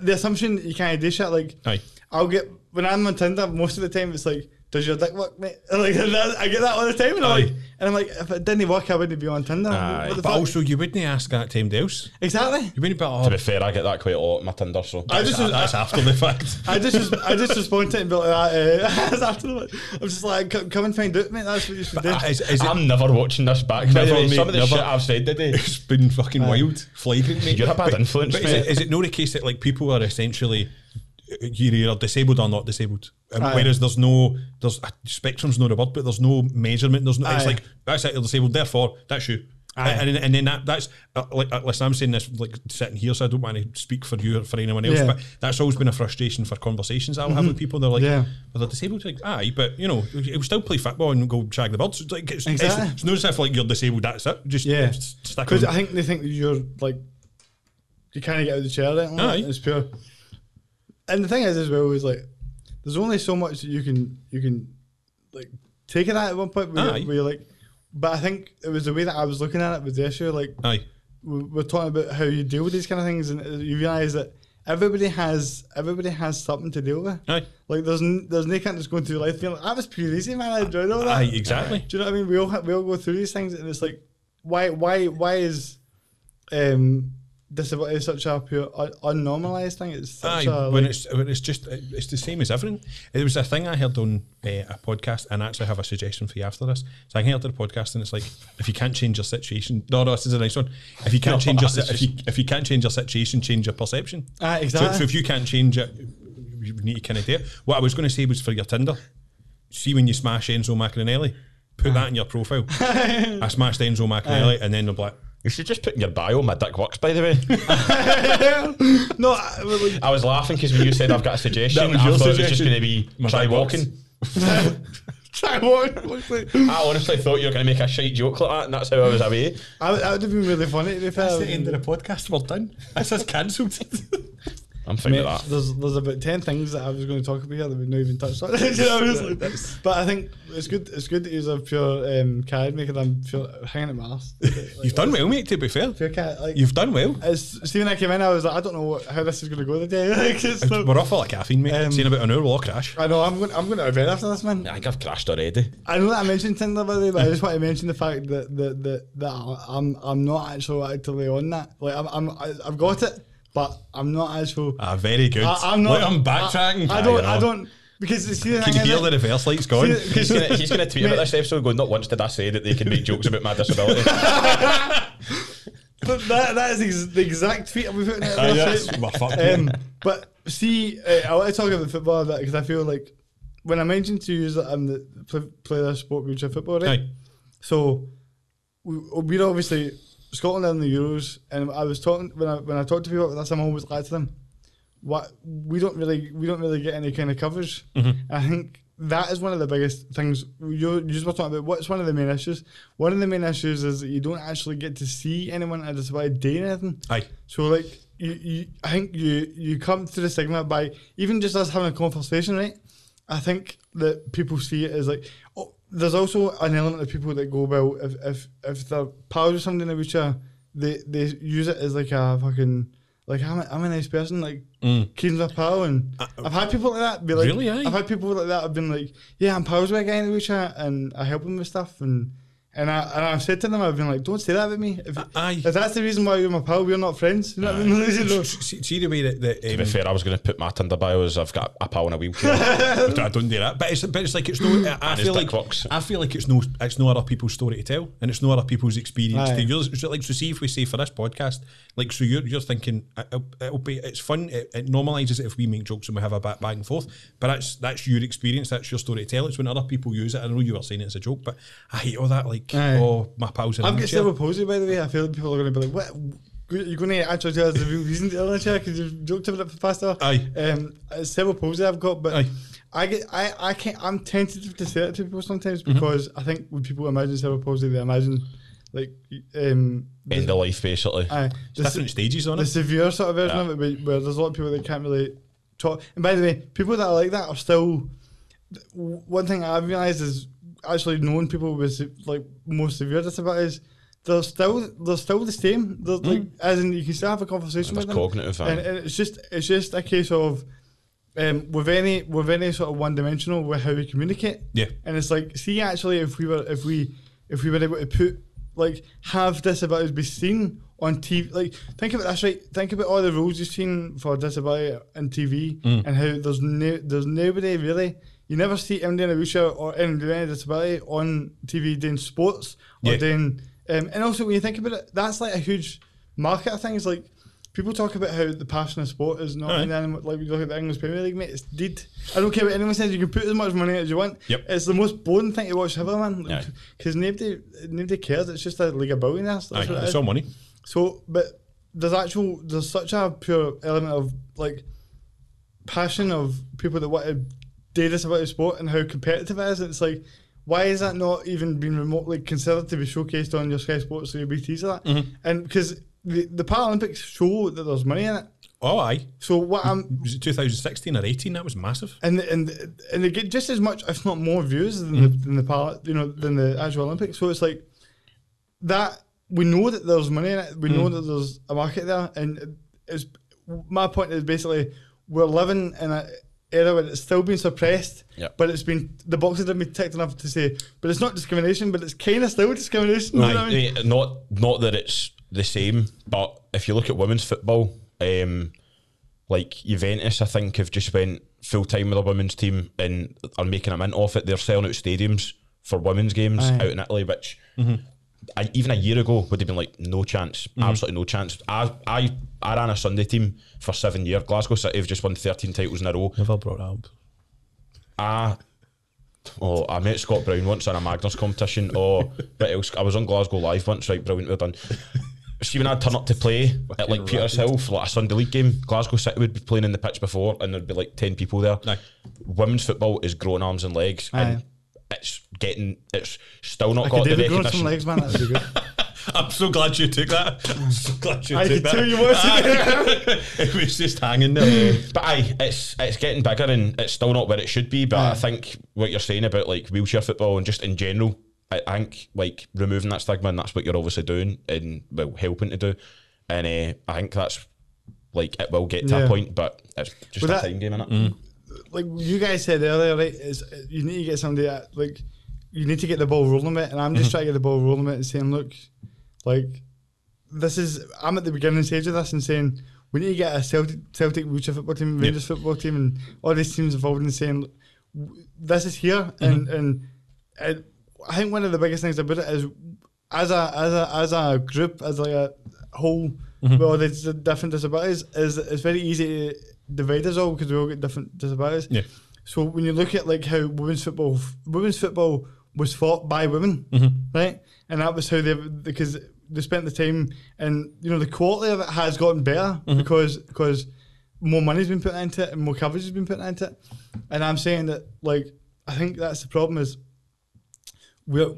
B: the assumption that you can't do shit like
D: Aye.
B: I'll get when I'm on Tinder most of the time it's like does your dick work mate (laughs) like that, I get that all the time and I'm
D: Aye.
B: like and I'm like if it didn't work I wouldn't be on Tinder
C: Aye.
B: What the
D: But
B: fuck?
D: also, you wouldn't ask that to anybody else.
B: exactly
D: You wouldn't be
C: To
D: like,
C: be
D: oh,
C: fair, I get that quite a lot on my Tinder, so.
B: I just
D: that's after the fact.
B: (laughs) I just, I just respond to it and be like, (laughs) that, uh, after the, I'm just like, come come and find out, mate. That's what you should do.
D: Is, is it,
C: I'm never watching this back. by the
D: Never,
C: way.
D: mate,
C: Some of the
D: never.
C: shit I've said
D: (laughs)
C: today.
D: it's been fucking wild, flagrant, mate.
C: You're a bad
D: But-
C: influence,
D: but is
C: mate.
D: it, is it not the case that like people are essentially you're either disabled or not disabled? And
B: Aye.
D: whereas there's no there's uh, spectrum's not a word, but there's no measurement. There's no. It's
B: Aye.
D: like that's it. You're disabled. Therefore, that's you. And, and and then that that's uh, like uh, listen, I'm saying this like sitting here, so I don't want to speak for you or for anyone else.
B: Yeah. Mm-hmm.
D: But that's always been a frustration for conversations I'll have with people. They're like,
B: Yeah.
D: well, they're disabled. Like, aye, but you know, we we still play football and go shag the birds. It's like it's,
B: Exactly.
D: it's, it's not as if like you're disabled. That's it. Just
B: Yeah.
D: s- stick
B: Because
D: on-
B: I think they think that you're like, you can't get out of the chair. Then
D: Aye.
B: it's pure. And the thing is, as well, is like, there's only so much that you can you can like take it at at one point. Where,
D: Aye.
B: you're, where you're like, but I think it was the way that I was looking at it was the issue. Like,
D: Aye.
B: we- we're talking about how you deal with these kind of things, and uh, you realise that everybody has everybody has something to deal with.
D: Aye.
B: Like there's n- there's no kind that's going through life feeling like, that was pure easy, man. I enjoyed all that.
D: Aye, exactly.
B: Do you know what I mean? We all ha- we all go through these things, and it's like, why why why is um, disability such a pure un- unnormalized thing? It's such
D: Aye,
B: a
D: when
B: like,
D: it's when it's just it's the same as everything. It was a thing I heard on uh, a podcast, and I actually have a suggestion for you after this. So I heard a podcast, and it's like if you can't change your situation, no, no, this is a nice one. If you can't
B: (laughs)
D: change your si- if you, if you can't change your situation, change your perception.
B: Aye,
D: So- So,
B: Ah, exactly.
D: if you can't change it, you need to kind of do it. What I was going to say was for your Tinder. See when you smash Enzo Macrinelli, put that in your
B: (laughs)
D: profile. I smashed Enzo Macrinelli, and then they'll be like,
C: You should just put in your bio, my dick works, by the way.
B: no, I, I was like,
C: I was laughing because when you said I've got a suggestion,
D: was
C: I
D: your
C: thought it was just
D: suggestion.
C: going to be
D: My
C: try
D: dick works.
C: walking.
B: try what? Looks like-
C: I honestly thought you were going to make a shite joke like that, and that's how I was away.
B: I would- that would have been really funny. To be fair.
D: the podcast. We're done. This is cancelled."
C: I'm fine
B: Mate,
C: with that.
B: there's there's about ten things that I was going to talk about here that we not even touched on. (laughs) You know, I was like- but I think it's good. It's good that he's a pure um, carried maker. I'm pure hanging at my ass.
D: You've done well, mate. To be fair,
B: Pure cat. Like,
D: you've done well.
B: as Stephen, I came in, I was like, I don't know what, how this is going to go today. (laughs) like, it's not-
D: We're off all like caffeine, mate.
B: Um,
D: It's in about an hour, we'll all crash.
B: I know I'm going. I'm going to event after this, man.
C: I think I've crashed already.
B: I know that I mentioned Tinder by the way, but I just want to mention the fact that that that, that I- I'm I'm not actually actively on that. Like I'm, I'm I- I've got it, but I'm not actually.
D: Ah, very good.
B: I, I'm not.
D: Look, I'm backtracking.
B: I, I don't. I don't because it's the thing,
D: Can you hear
B: isn't
D: the
B: it?
D: reverse lights going?
B: See,
C: He's going to tweet
D: (laughs)
C: about this episode going, not once did I say that they can make jokes about
B: (laughs)
C: my disability.
B: But that, that is ex- the exact tweet I'll be putting out.
D: Aye,
B: there.
D: that's- we're fucked,
B: um,
D: mate.
B: but see, uh, I want to talk about football a bit because I feel like when I mentioned to you that I'm the play, play the sport wheelchair football, right?
D: Aye.
B: So we, we're obviously Scotland are in the Euros, and I was talking when I when I talk to people about this, I'm always like to them, what we don't really we don't really get any kind of coverage. I think that is one of the biggest things you you just were talking about. What's one of the main issues? One of the main issues is that you don't actually get to see anyone with a disability doing anything.
D: Aye.
B: So like you, you I think you you come to the stigma by even just us having a conversation, right? I think that people see it as like oh, there's also an element of people that go well if if if they're pals with somebody in a wheelchair, they they use it as like a fucking like I'm a, I'm a nice person like Keen's my pal and I've had people like that be like
D: Mm. Uh, Really, eh? aye?
B: I've had people like that have been like yeah I'm pals with a guy in a wheelchair and I help him with stuff and And I and I've said to them, I've been like, don't say that about me. If,
D: Aye.
B: if that's the reason why you're my pal, we're not friends. You know what I mean? (laughs) You know?
D: See, see the way that, that
C: To be
D: um,
C: fair, I was going to put my Tinder bio as I've got a pal in a wheelchair.
D: I don't- I don't do that. But it's, but it's like it's no. I- I
C: And his
D: feel
C: dick
D: like
C: box.
D: I feel like it's no. It's no other people's story to tell, and it's no other people's experience
B: Aye.
D: to yours. It's like so. See if we say for this podcast, like so, you're you're thinking I- I- it'll be it's fun. It, it normalizes it if we make jokes and we have a back back and forth. But that's that's your experience. That's your story to tell. It's when other people use it. I know you were saying it's a joke, but I hate all that. Like
B: Aye.
D: oh, my pals in a
B: I'm getting
D: wheelchair.
B: still posing by the way. I feel like people are going to be like, what? You're going to actually tell us the real reason to earn a chair because you've joked about it for the past hour.
D: Aye.
B: Um, it's several posing I've got, but
D: Aye.
B: I get I, I can't. I'm tentative to say it to people sometimes
D: Mm-hmm.
B: because I think when people imagine cerebral palsy, they imagine like um. the-
C: End of life, basically.
B: aye, the,
D: Different
B: se-
D: stages on
B: the
D: it.
B: severe sort of version
C: Yeah.
B: of it, where- where there's a lot of people that can't really talk. And by the way, people that are like that are still. One thing I've realised is actually knowing people with se- like more severe disabilities, they're still they're still the same. They're like as in you can still have a conversation
C: They're
B: with them.
C: cognitive, aye.
B: and, and it's just it's just a case of. Um, with any with any sort of one dimensional with how we communicate,
D: Yeah.
B: and it's like see actually if we were if we if we were able to put like have disabilities be seen on TV like think about that's right think about all the rules you've seen for disability in TV and how there's no there's nobody really you never see anybody in a wheelchair or anybody with any disability on TV doing sports or
D: Yeah.
B: doing um, and also when you think about it that's like a huge market of things like people talk about how the passion of sport is not
D: Aye.
B: in animal like we look at the English Premier League mate it's dead I don't care what anyone says you can put as much money as you want
D: Yep.
B: it's the most boring thing to watch ever, man.
C: Aye.
B: Because nobody, nobody cares. It's just a league of billionaires. That's what
D: Aye,
B: it
D: it's
B: is.
D: all money.
B: So, but there's actual, there's such a pure element of like passion of people that want to do this about the sport and how competitive it is. It's like, why is that not even being remotely considered to be showcased on your Sky Sports or your BTs or that? And because the, the Paralympics show that there's money in it.
D: Oh, aye.
B: So what I'm
D: Was it 2016 or 18? That was massive.
B: and and and they get just as much, if not more, views than the
C: Mm-hmm.
B: than the pal- you know than the actual Olympics. So it's like that we know that there's money in it. We know
C: Mm.
B: that there's a market there, and it's my point is basically we're living in a era where it's still being suppressed,
C: Yeah.
B: but it's been the boxes have been ticked enough to say, but it's not discrimination, but it's kind of still discrimination. you know what I mean?
C: Aye, aye, not not that it's the same, but if you look at women's football, um, like Juventus, I think have just went full time with a women's team and are making a mint off it. They're selling out stadiums for women's games
B: Aye.
C: out in Italy, which I, even a year ago would have been like no chance,
B: Mm-hmm.
C: absolutely no chance. I, I I ran a Sunday team for seven years. Glasgow City have just won thirteen titles in a row.
D: Never brought that up.
C: I well, I met Scott Brown once in a Magnus competition. Oh, Or but else, I was on Glasgow Live once, right? Brilliant, we're done. See, when I'd turn up to play at like Peters Hill for like a Sunday league game, Glasgow City would be playing in the pitch before, and there'd be like ten people there.
D: Aye.
C: Women's football is growing arms and legs,
B: Aye.
C: and it's getting it's still not
B: I
C: got
B: could
C: the
B: David Grohl some
C: recognition.
B: legs, man. That'd be good.
D: I'm so glad you took that. I'm so glad you
B: I
D: took
B: could
D: that.
B: tell you was.
D: Aye. (laughs) it was just hanging there.
C: But aye, it's it's getting bigger and it's still not where it should be. But I
B: Aye.
C: think what you're saying about like wheelchair football and just in general, I I think like removing that stigma and that's what you're obviously doing and well helping to do. And uh, I think that's like it will get to
B: Yeah.
C: a point, but it's just
B: Well,
C: a
B: that-
C: time game, innit?
B: like you guys said earlier, right? Is you need to get somebody that, like you need to get the ball rolling with, it, and I'm just trying to get the ball rolling with it and saying, look, like this is I'm at the beginning stage of this and saying we need to get a Celtic Celtic wheelchair football team, Rangers football team, and all these teams involved in saying "W- this is here, and and and I think one of the biggest things about it is as a as a as a group as like a whole with all these different disabilities is it's very easy to divide us all because we all get different disabilities.
D: Yeah.
B: So when you look at like how women's football women's football was fought by women,
D: Mm-hmm.
B: right? And that was how they because they spent the time and you know the quality of it has gotten better
D: Mm-hmm.
B: because because more money's been put into it and more coverage has been put into it. And I'm saying that like I think that's the problem is we're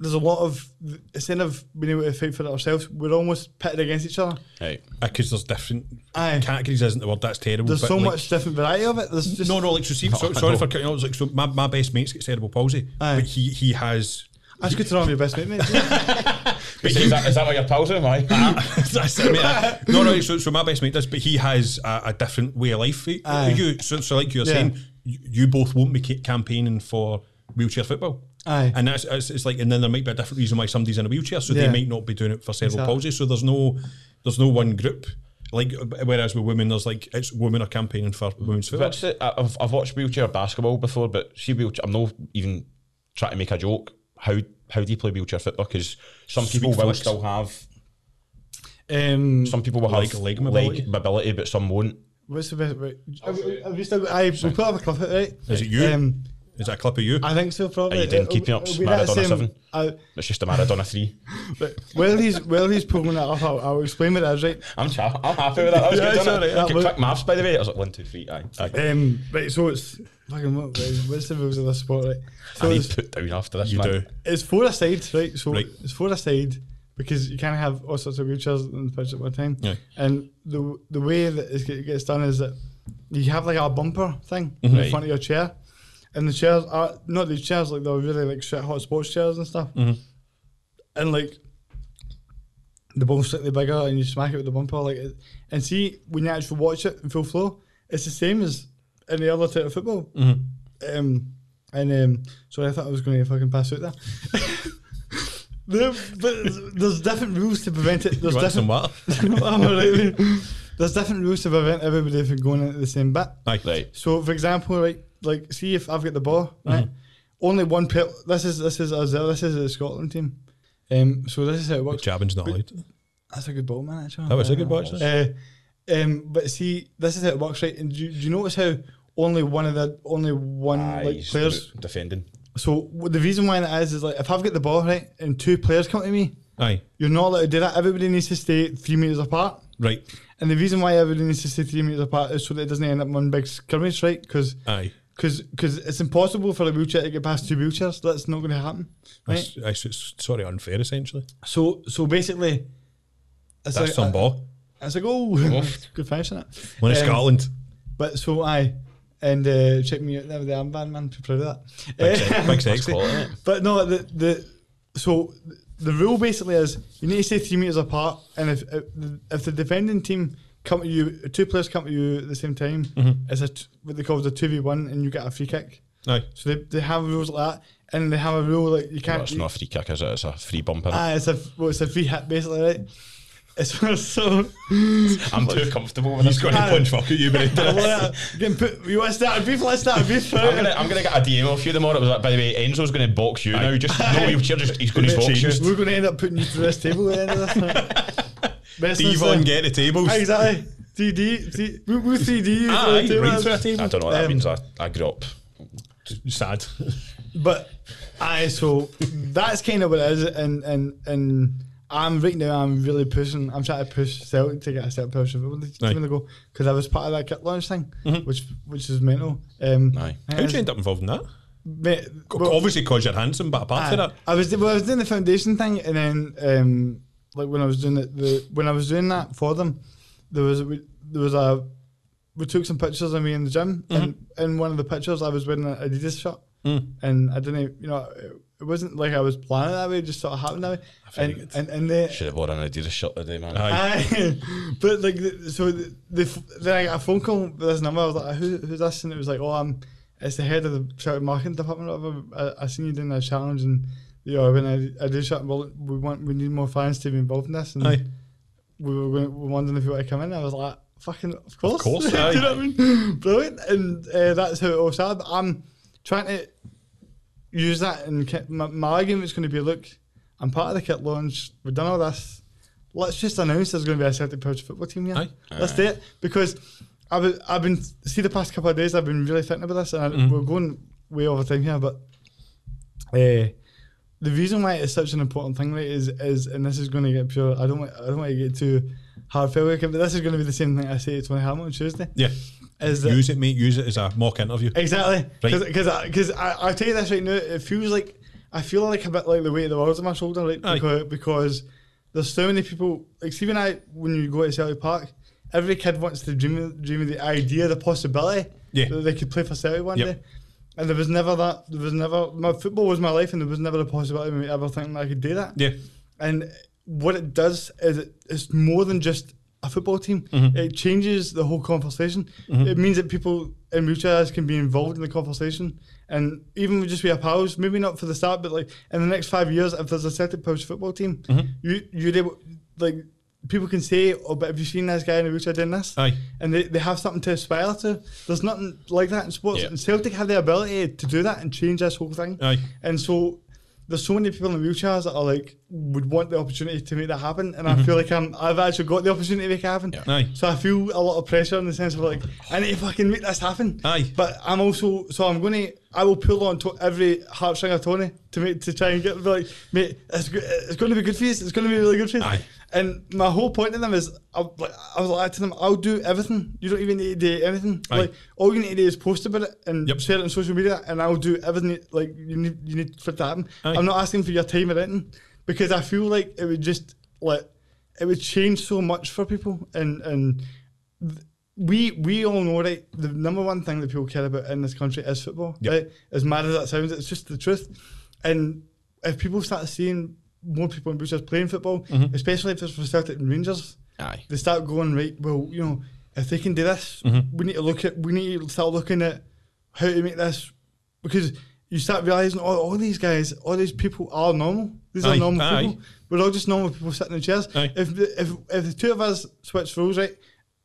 B: there's a lot of instead of being able to fight for it ourselves, we're almost pitted against each other.
C: Right.
D: Because there's different
B: Aye.
D: categories, isn't the word? That's terrible.
B: There's
D: but,
B: so
D: like,
B: much different variety of it. There's just
D: no, no, like,
B: (laughs)
D: so see, so, sorry for cutting you off. Like, so my, my best mate's got cerebral palsy,
B: Aye.
D: but he, he has.
B: That's good to know I'm your best mate, mate.
D: (laughs)
C: Is, that, is that what your pals are? Aye.
B: Uh-huh.
D: That's it, mate. I- no, no, so, so my best mate does, but he has a, a different way of life.
B: Aye.
D: You, so, so, like you were
B: Yeah.
D: saying, you, you both won't be ca- campaigning for wheelchair football.
B: Aye.
D: And that's it's, it's like, and then there might be a different reason why somebody's in a wheelchair, so
B: Yeah.
D: they might not be doing it for cerebral
B: Exactly.
D: palsy. So there's no, there's no one group. Like whereas with women, there's like it's women are campaigning for women's football.
C: That's it. I- I've, I've watched wheelchair basketball before, but see, wheelchair, I'm not even trying to make a joke. How how do you play wheelchair football? Because some
D: Sweet
C: people will
D: flicks.
C: still have,
B: Um,
C: some people will
D: Leg-
C: have
D: leg mobility.
C: mobility, but some won't.
B: what's the best? Wait, have, we- have we still? got- Aye, we put up a clip of it, right?
D: Is it you?
B: Um,
D: Is that a clip of you?
B: I think so. Probably.
C: Are you doing
B: It'll-
C: keeping ups,
B: it'll be that
C: Maradona
B: same-
C: seven?
B: I-
C: It's just a Maradona three.
B: but while he's while he's pulling that up, I'll, I'll explain what it is, right?
C: (laughs) I'm, cha- I'm happy (laughs) with that. That was
B: Yeah,
C: good,
B: it's
C: wasn't
B: alright,
C: it?
B: that
C: Okay,
B: was-
C: quick maths, by the way. I was like one, two, three. Aye. aye.
B: Um, right, so it's fucking what, what's the rules of this sport, right? So
C: I need
B: it's,
C: to put down after this.
D: you
C: man.
D: do.
B: it's four aside, right? So
D: Right.
B: it's four aside because you can't have all sorts of wheelchairs on the pitch at one time.
D: Yeah.
B: And the the way that it's- it gets done is that you have like a bumper thing in
D: Mm-hmm.
C: Right.
B: front of your chair, and the chairs are not these chairs like they're really like shit hot sports chairs and stuff,
D: Mm-hmm.
B: and like the ball's slightly bigger and you smack it with the bumper like it, and see when you actually watch it in full flow, it's the same as any other type of football.
D: Mm-hmm.
B: Um, and um, sorry, I thought I was going to fucking pass out there. (laughs) there but there's different rules to prevent it. There's
D: You want some
B: different. (laughs)
D: water?
B: I'm alright, mate. There's different rules to prevent everybody from going into the same bit.
D: Aye.
C: Right.
B: So, for example, like like see if I've got the ball, right?
D: Mm-hmm.
B: Only one per. This is this is us. This is the Scotland team. Um, so this is how it works.
D: Jabbing's not allowed.
B: That's a good ball, man. Actually,
D: That was a good watch. that.
B: uh, um, but see, this is how it works, right? And do, you- do you notice how only one of the only one
C: Aye,
B: like
C: he's
B: players?
C: defending.
B: So w- the reason why that is is like if I've got the ball right and two players come to me,
D: Aye.
B: you're not allowed to do that. Everybody needs to stay three meters apart.
D: Right.
B: And the reason why everybody needs to stay three meters apart is so that it doesn't end up in one big skirmish, right? Because
D: Aye.
B: because it's impossible for a wheelchair to get past two wheelchairs. That's not going to happen, right?
D: That's, that's, it's sort of unfair, essentially.
B: so so basically, it's
D: That's
B: like, uh,
D: some ball.
B: It's like oh, (laughs) good finish, is
D: One of Scotland.
B: But so I and uh, check me out there with the armband man. Be proud of
D: Big,
B: that. Eh,
D: se- big
B: (laughs)
D: sexy.
C: Quality.
B: but no, the the so the rule basically is you need to stay three meters apart, and if if the- if the defending team come to you, two players come to you at the same time,
C: Mm-hmm.
B: it's a t- what they call the two v one, and you get a free kick.
D: Aye.
B: So they, they have rules like that, and they have a rule like you
C: Well,
B: can't.
C: it's not a free kick, is it? It's a free bumper.
B: Ah, it's a well, it's a free hit basically, right? (laughs) It's
C: (laughs)
B: so.
C: (laughs)
B: (laughs)
C: I'm too comfortable with this.
D: He's going to punch fuck at
B: (laughs)
D: you, but
B: I wanna- Getting put, you want to start a beef? Let's start a beef.
C: I'm gonna, I'm gonna get a DM off you tomorrow. It was like, by the way, Enzo's gonna box you now. Just no wheelchair, just he's gonna box you.
B: We're going to end up putting you through this table at the end of
C: (laughs)
B: this. Best uh,
D: Devon, get the tables.
B: ah, Exactly. 3D. T- we, we 3D.
C: (laughs)
B: you
D: Aye,
B: through the
D: right
B: table.
D: through a table.
C: Ah, I don't know what that
B: Um,
C: means. I, I grew up.
D: Sad.
B: But, aye, so that's kind of what it is. And, and, and I'm right now, I'm really pushing. I'm trying to push Celtic to get a step push.
D: Aye.
B: Because I was part of that kit launch thing, which which is mental. Um,
C: Mm-hmm. Aye.
D: How'd you end up involved in that?
B: mate, well-
D: Obviously, because you're handsome, but apart
B: Aye.
D: from that,
B: I was well, I was doing the foundation thing, and then um, like when I was doing the, the when I was doing that for them, there was we, there was a we took some pictures of me in the gym, and in one of the pictures I was wearing an Adidas shirt, and I didn't you know it, it wasn't like I was planning that way, it just sort of happened that way,
D: Very
B: and,
D: good.
B: and and they
C: Should have worn an Adidas shirt today, man.
D: Aye.
B: Aye. (laughs) but like, the, so the, the, f- then I got a phone call with this number. I was like, Who, "Who's this?" And it was like, "Oh, I'm it's the head of the shouting marketing department. Or whatever. I, I seen you doing a challenge, and you know, when I, I do shouting, well, we want we need more fans to be involved in this, and
D: Aye.
B: we were going, we were wondering if you want to come in." I was like, "Fucking, of course, (laughs)
D: course,
B: do
D: aye.
B: you know what I mean? (laughs) Brilliant, and uh, that's how it all started. But I'm trying to use that, and ki- my, my argument's going to be, look, I'm part of the kit launch. We've done all this let's just announce there's going to be a Celtic Pouch football team here.
D: Aye.
B: Let's do it because I've been- I've been see the past couple of days I've been really thinking about this and I, we're going way over time here, but uh, the reason why it's such an important thing right is is and this is going to get pure. I don't want I don't want to get too hard fell but this is going to be the same thing I say to my Hamlet on Tuesday.
D: yeah.
B: Is that
D: Use it, mate. Use it as a mock interview.
B: exactly because
D: Right.
B: because I, I tell you this right now it feels like I feel like a bit like the weight of the world's on my shoulder right
D: Aye.
B: because, because there's so many people like see when I when you go to Celtic Park every kid wants to dream of- dream of the idea the possibility
D: Yeah.
B: that they could play for Celtic one
D: Yep.
B: day and there was never that there was never my football was my life and there was never the possibility of me ever thinking I could do that
D: Yeah.
B: and what it does is it, it's more than just a football team. It changes the whole conversation. It means that people and mutual allies can be involved in the conversation. And even with just we are pals, maybe not for the start, but like in the next five years, if there's a Celtic Pals football team, you you're able like people can say, "Oh, but have you seen this guy in the wheelchair doing this?"
D: Aye.
B: and they, they have something to aspire to. There's nothing like that in sports,
C: Yeah.
B: and Celtic have the ability to do that and change this whole thing.
D: Aye.
B: And so there's so many people in wheelchairs that are like would want the opportunity to make that happen, and I feel like I'm I've actually got the opportunity to make it happen.
C: Yeah.
D: Mm-hmm. Aye.
B: So I feel a lot of pressure in the sense of like I need to fucking make this happen.
D: Aye.
B: But I'm also so I'm gonna I will pull on to every heartstring of Tony to make to try and get be like mate it's go- it's going to be good for you. It's going to be really good for you.
D: Aye.
B: And my whole point to them is I, like, I was like to them I'll do everything. You don't even need to do anything.
D: Aye.
B: Like all you need to do is post about it and
D: Yep.
B: share it on social media, and I'll do everything like you need you need for it to happen.
D: Aye.
B: I'm not asking for your time or anything because I feel like it would just like it would change so much for people and and th- we we all know right the number one thing that people care about in this country is football
D: Yep.
B: right as mad as that sounds it's just the truth and if people start seeing more people in Butchers playing football especially if it's for Celtic and Rangers
C: Aye.
B: they start going right well you know if they can do this
D: Mm-hmm.
B: we need to look at we need to start looking at how to make this because you start realizing all, all these guys all these people are normal these
D: Aye,
B: are normal
D: aye.
B: people we're all just normal people sitting in chairs
D: Aye.
B: if, the- if if the two of us switch roles right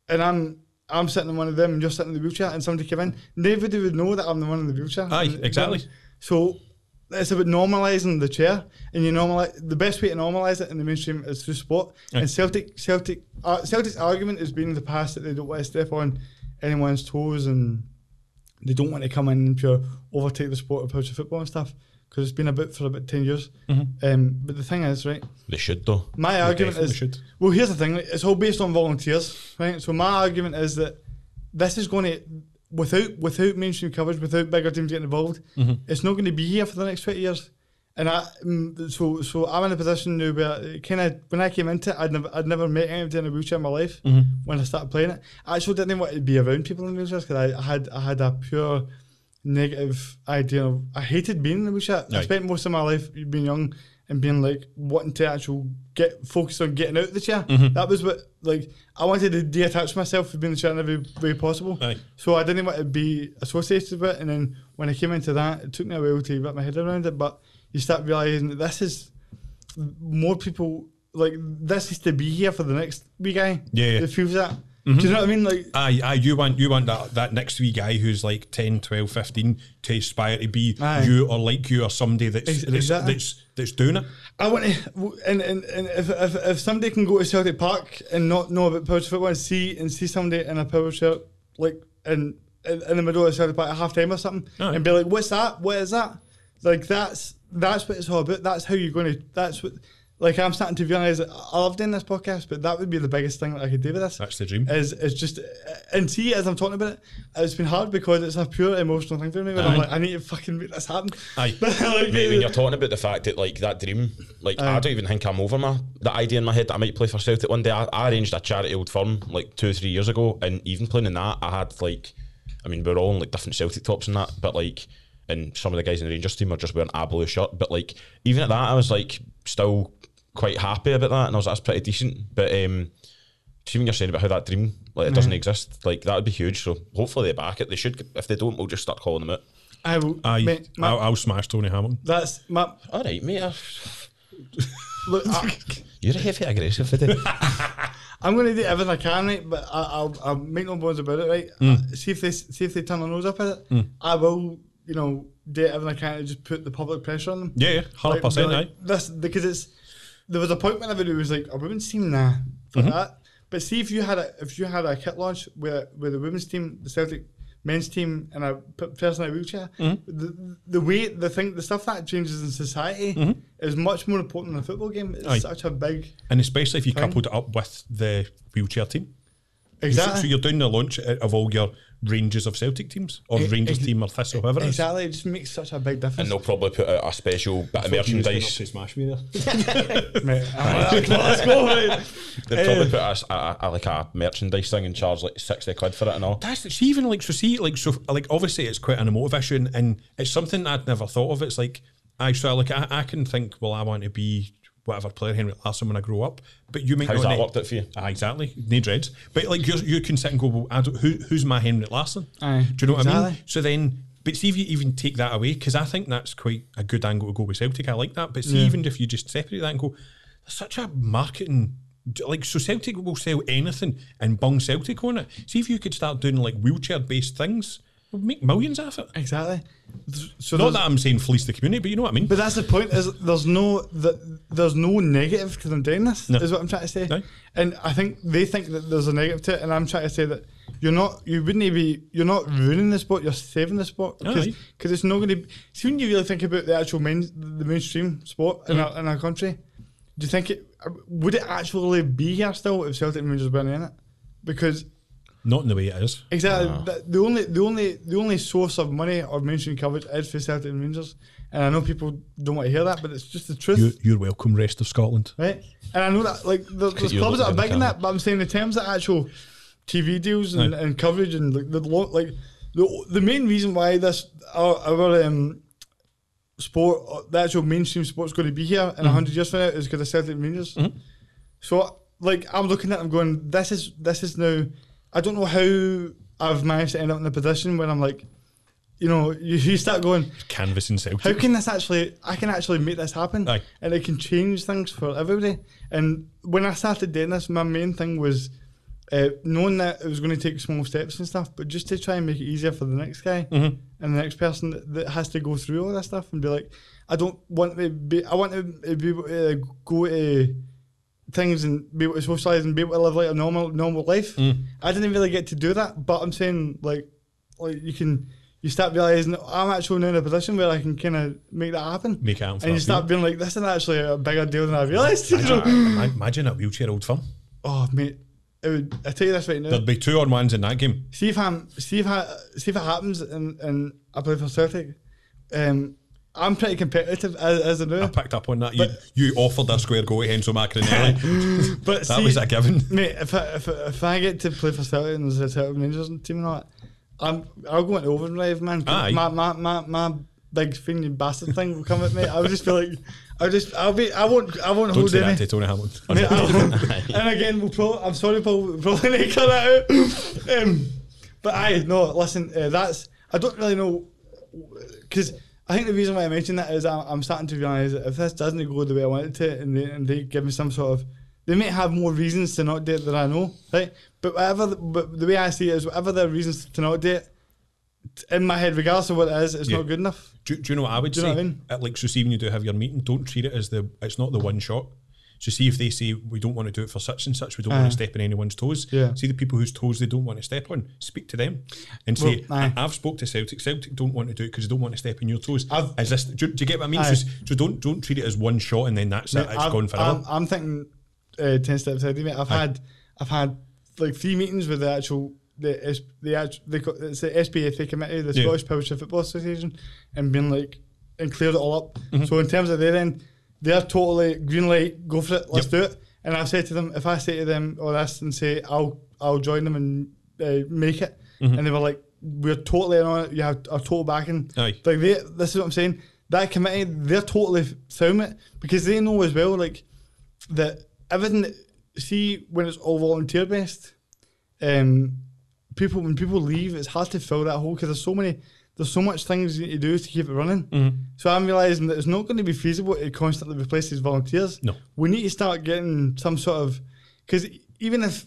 B: and I'm I'm sitting in one of them and you're sitting in the wheelchair and somebody came in nobody would know that I'm the one in the wheelchair
D: Aye, exactly.
B: so it's about normalising the chair, and you normalise the best way to normalise it in the mainstream is through sport.
D: Aye.
B: And Celtic, Celtic, uh, Celtic's argument has been in the past that they don't want to step on anyone's toes, and they don't want to come in and pure overtake the sport of Welsh football and stuff because it's been about for about ten years. Um, but the thing is, right?
C: They should though.
B: My argument
D: definitely
B: is
D: should.
B: well. Here's the thing: like, it's all based on volunteers, right? So my argument is that this is going to without without mainstream coverage, without bigger teams getting involved, it's not going to be here for the next twenty years. And I mm, so so I'm in a position now where eh, kind of when I came into it, I'd never I'd never met anybody in a wheelchair in my life. When I started playing it, I actually didn't want to be around people in wheelchairs because I had I had a pure negative idea of I hated being in the wheelchair. I
D: Right.
B: spent most of my life being young and being like wanting to actually get focused on getting out of the chair. That was what like I wanted to detach myself from being in the chair in every way possible.
D: Aye.
B: So I didn't want to be associated with it. And then when I came into that, it took me a while to wrap my head around it. But you start realizing that this is more people like this is to be here for the next wee guy.
D: Yeah, yeah. Mm-hmm.
B: That feels that. Do you know what I mean? Like
D: Aye, aye, you want you want that, that next wee guy who's like 10, 12, 15 to aspire to be
B: Aye.
D: you or like you or somebody that's
B: Ex-
D: that's,
B: exactly.
D: that's that's doing it.
B: I want to, and, and, and if, if, if somebody can go to Celtic Park and not know about power football and see and see somebody in a power shirt like in in, in the middle of Celtic Park at half time or something
D: Aye.
B: and be like, "What's that? What is that?" Like that's that's what it's all about. That's how you're going to. That's what. Like I'm starting to realise that I love doing this podcast, but that would be the biggest thing that I could do with this.
D: That's the dream.
B: Is is just and see as I'm talking about it, it's been hard because it's a pure emotional thing for me. When I'm
D: Aye.
B: like, I need to fucking make this happen.
C: (laughs)
D: Aye.
B: (laughs) Like,
C: Mate, when you're talking about the fact that like that dream, like I don't even think I'm over my that idea in my head that I might play for Celtic one day. I, I arranged a charity old firm like two or three years ago, and even playing in that, I had like, I mean, we are all in like different Celtic tops and that, but like, and some of the guys in the Rangers team are just wearing a blue shirt, but like, even at that, I was like still quite happy about that, and I was that's pretty decent, but um. See when you're saying about how that dream like it doesn't exist, like that would be huge. So hopefully they back it. They should. If they don't, we'll just start calling them out.
B: I will.
D: Aye,
B: mate, my-
D: I'll, I'll smash Tony Hamilton.
B: That's my
C: All right, mate. I-
B: look. I,
C: You're a heavy aggressive today.
B: I'm going to do everything I can, right? But I, I'll, I'll make no bones about it, right? Uh, see if they see if they turn their nose up at it. I will, you know, do everything I can to just put the public pressure on them.
D: Yeah, yeah, hundred
B: Like, be
D: percent.
B: like,
D: Aye,
B: This because it's there was a point whenever it was like a women's team nah for that. But see if you had a if you had a kit launch with with the women's team, the Celtic men's team, and a p- person in a wheelchair, the the way the thing the stuff that changes in society is much more important than a football game. It's
D: Aye.
B: such a big
D: and especially if you coupled it up with the wheelchair team. So- So, you're doing the launch of all your ranges of Celtic teams, or
B: Ex-
D: Rangers
B: ex-
D: team, or Thistle, whoever it is.
B: Exactly, it just makes such a big difference.
C: (laughs) and they'll probably put out a special bit of merchandise.
D: Smash me there.
B: Mate, Ah, I'm like, let's go.
C: (laughs)
B: mate.
C: They'll
D: Eh.
C: probably put us a, a, a- like a merchandise thing and charge like sixty quid for it and all.
D: That's she even like so see like so like obviously it's quite an emotive issue and, and it's something I'd never thought of. It's like I so like I, I can think well I want to be whatever player Henrik Larsson when I grow up. But you might
C: How's
D: not
C: that
D: ne-
C: worked out for you?
D: Ah, exactly. No dreads. But like you you can sit and go, well, I don't, who, who's my Henrik Larsson?
B: Aye,
D: Do you know what I mean?
B: exactly.
D: So then, but see if you even take that away, because I think that's quite a good angle to go with Celtic. I like that. But see,
B: Yeah.
D: even if you just separate that and go, there's such a marketing. Like so, Celtic will sell anything and bung Celtic on it. See if you could start doing like wheelchair-based things, we'd make millions off it.
B: Exactly. Th- So
D: Not
B: there's-
D: that I'm saying fleece the community, but you know what I mean.
B: But that's the point. Is there's no th there's no negative to them doing this.
D: No.
B: Is what I'm trying to say.
D: No.
B: And I think they think that there's a negative to it, and I'm trying to say that you're not. You wouldn't be. You're not ruining the sport. You're saving the sport
D: Aye.
B: because it's not going to. See when you really think about the actual main the mainstream sport in
D: Mm-hmm.
B: our in our country, do you think it would it actually be here still if Celtic and Rangers weren't in it? Because
D: Not in the way it is.
B: Exactly. The, the only the only the only source of money or mainstream coverage is for Celtic and Rangers, and I know people don't want to hear that, but it's just the truth,
D: You're, you're welcome, rest of Scotland.
B: right? And I know that like there's, there's
C: you
B: clubs that are
C: looking
B: big in
C: down.
B: that, but I'm saying in terms of actual TV deals and,
D: Aye.
B: and coverage and like the lo- like the the main reason why this our, our um, sport, uh, the actual mainstream sport's going to be here in a hundred years from now is because of Celtic and Rangers. So like I'm looking at, it, I'm going, this is this is now. I don't know how I've managed to end up in a position where I'm like, you know, you, you start going,
D: Canvas and Celtic.
B: how can this actually? I can actually make this happen,
D: Aye.
B: and it can change things for everybody. And when I started doing this, my main thing was uh, knowing that it was going to take small steps and stuff, but just to try and make it easier for the next guy and the next person that, that has to go through all this stuff and be like, I don't want to be. I want to be able to go to things and be able to socialize and be able to live like a normal normal life.
D: Mm.
B: I didn't really get to do that, but I'm saying like like you can you start realizing I'm actually now in a position where I can kind of make that happen.
D: Make it happen for
B: and you
D: a
B: start being like, this is actually a bigger deal than I realized. you
D: Imagine,
B: know?
D: Ah, ima- imagine a wheelchair old firm.
B: (laughs) Oh mate, it would, I tell you this right now.
D: There'd be two on ones in that game.
B: see if I'm see if I see if it happens and and I play for Celtic. Um, I'm pretty competitive as, as I
D: I
B: know,
D: picked up on that. You,
B: But-
D: you offered a square go to Enzo
B: (laughs)
D: Macrinelli.
B: but
D: that
B: see-
D: was a given.
B: Mate, if I, if, I- if I get to play for Celtic and there's a Celtic Rangers team and all that, I'm, I'll go into overdrive, man. 'cause
D: Aye.
B: My, my, my, my big fiend and bastard thing will come at me. I'll just be like, I'll just, I'll be, I won't, I won't
D: Don't
B: hold
D: say that
B: any.
D: to Tony Hamlin.
B: Mate, I won't. and again, we'll probably, I'm sorry, Paul, we'll probably (laughs) not cut that out. um, but aye, no, listen, uh, that's, I don't really know, because I think the reason why I mentioned that is I'm, I'm starting to realise that if this doesn't go the way I want it to, and they, and they give me some sort of, they may have more reasons to not do it than I know, right? But whatever, the, but the way I see it is, whatever their reasons to not do it, t- in my head, regardless of what it is, it's
D: Yeah.
B: not good enough.
D: do, do you know what I would
B: Do you
D: say?
B: know what I mean?
D: At, like, so see when you do have your meeting, don't treat it as the, it's not the one shot. So see if they say, we don't want to do it for such and such, we don't want
B: Aye.
D: to step on anyone's toes.
B: Yeah.
D: See the people whose toes they don't want to step on, speak to them and say,
B: Well, aye.
D: I, have spoke to Celtic, Celtic don't want to do it because they don't want to step on your toes.
B: I've-
D: Is this, do, you- do you get what I mean?
B: Aye.
D: So, so don't don't treat it as one shot and then that's it,
B: Mate,
D: it's gone forever.
B: I'm, I'm thinking uh, ten steps ahead of me. I've had I've had like three meetings with the actual the S, the actual they co- it's the SPFA committee, the
D: Yeah.
B: Scottish Publisher Football Association, and been like and cleared it all up.
D: Mm-hmm.
B: So in terms of their end, they're totally green light, go for it, let's
D: Yep.
B: do it. And I've said to them, if I say to them or this and say I'll I'll join them and uh, make it, and they were like, we're totally in on it. You have our total backing.
D: Mm-hmm. Aye.
B: Like they, this is what I'm saying. That committee, they're totally sound it because they know as well, like that everything. that- See, when it's all volunteer based, um, people when people leave, it's hard to fill that hole because there's so many, there's so much things you need to do to keep it running.
C: Mm-hmm.
B: So I'm realizing that it's not going to be feasible to constantly replace these volunteers.
D: No.
B: we need to start getting some sort of because even if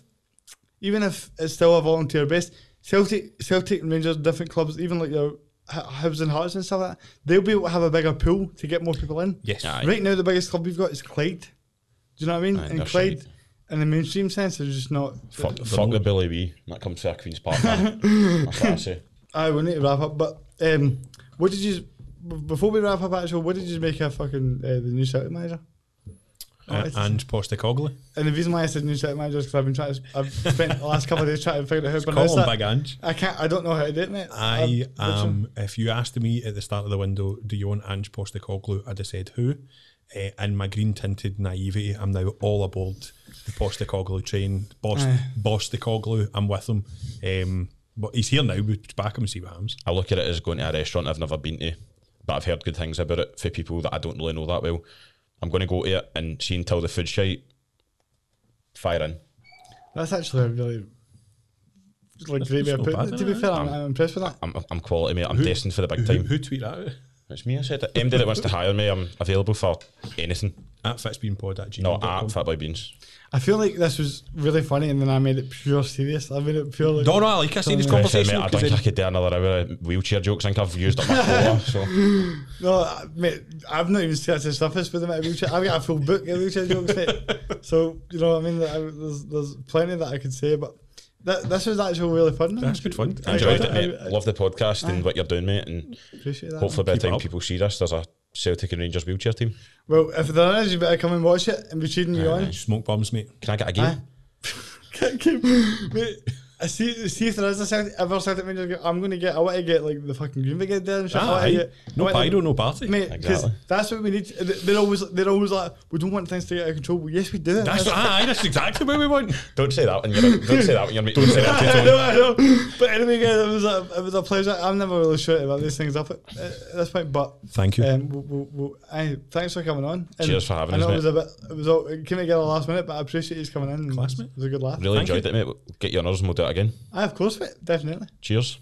B: even if it's still a volunteer base, Celtic, Celtic and Rangers, different clubs, even like your H- Hibs and Hearts and stuff like that, they'll be able to have a bigger pool to get more people in.
D: yes.
C: Aye.
B: Right now, the biggest club we've got is Clyde. Do you know what I mean?
C: Aye,
B: and
C: they're
B: Clyde,
C: shite.
B: in the mainstream sense, is just not.
C: Fuck, fuck the Billy Wee. That comes to our Queen's Park.
D: (laughs)
C: man. That's what I say.
B: I we need to wrap up, but um, what did you? b- Before we wrap up, actually, what did you make of fucking uh, the new Celtic manager?
D: Uh,
B: it's-
D: and Postacoglu.
B: And the reason why I said new Celtic manager is because I've been trying. To, I've spent the last couple of days trying to figure out how to pronounce
D: Call him Big
B: that.
D: Ange.
B: I can't. I don't know how to do it, mate.
D: I
B: I'm-
D: am. If you asked me at the start of the window, do you want Ange Postacoglu? I'd have said who. Uh, in my green tinted naivety, I'm now all aboard the Postacoglu train. Boss,
B: Aye.
D: Boss Coglu, I'm with him. Um, but he's here now. We'll back him and see what happens.
C: I look at it as going to a restaurant I've never been to, but I've heard good things about it for people that I don't really know that well. I'm going to go to it and see until the food shite. Fire in.
B: That's actually a really like great way of
D: not
B: putting it.
D: bad. eh?
B: To be fair, I'm,
C: Um,
B: I'm impressed with that.
C: I'm, I'm quality, mate. I'm destined for the big
D: Who,
C: time.
D: who tweet that out?
C: It's me, I said it. MD that wants to hire me, I'm available for anything.
D: At fitsbeanpod at gmail.
C: Not at Fatboy Beans.
B: I feel like this was really funny, and then I made it pure serious. I made it pure. Like,
D: No, no, I like I seen this
B: Sorry, mate,
C: Listen,
D: conversation.
C: mate, I don't think I could do another hour of wheelchair jokes. I think I've used up my
D: (laughs)
C: quota. So.
B: No, I- mate, I've not even started to surface with the amount of wheelchair. I've got a full book of wheelchair jokes,
D: (laughs)
B: mate. So, you know what I mean? I, there's, there's plenty that I could say, but that, this was actually really fun. man.
D: That's good fun.
B: I
C: Enjoyed
B: I-
C: it, mate.
B: I- I
C: Love the podcast and what you're doing, mate. And
B: appreciate that.
C: hopefully by the
D: Keep it
C: time
D: up.
C: people see this, there's a Celtic and Rangers wheelchair team.
B: Well, if there is, you better come and watch it and be cheating me on.
D: Smoke bombs, mate.
C: Can I get a
B: (laughs)
C: game?
B: Aye. Keep- mate, I see, see if there is a Celtic, ever Celtic Rangers game, I'm going to get, I want to get like the fucking Green Brigade there and shit. I
D: Ah,
B: want to
D: aye.
B: get, I
D: No
B: want to-
D: pyro, no party.
B: Mate, because
C: Exactly.
B: that's what we need. to- They're always, they're always like, we don't want things to get out of control. Well, yes, we do.
D: That's what, aye, that's exactly what we want.
C: Don't say that when you're don't say that
D: (laughs)
C: when you're making don't say that
B: (laughs) I
C: to
B: know,
C: Tony.
B: I know. But anyway, guys, it was a, it was a pleasure. I'm never really sure about these things up at, at this point, but
D: Thank you.
B: um, we'll, we'll, we'll, aye, thanks for coming on. And
C: Cheers for having
B: I know
C: us,
B: it was a bit, it was all, it came together last minute, but I appreciate you coming in. and
D: Class, mate.
B: It was a good laugh.
C: Really
D: Thank
C: enjoyed it, mate. We'll Get you on ours and we'll do it again.
B: Aye, of course, mate, definitely.
C: Cheers.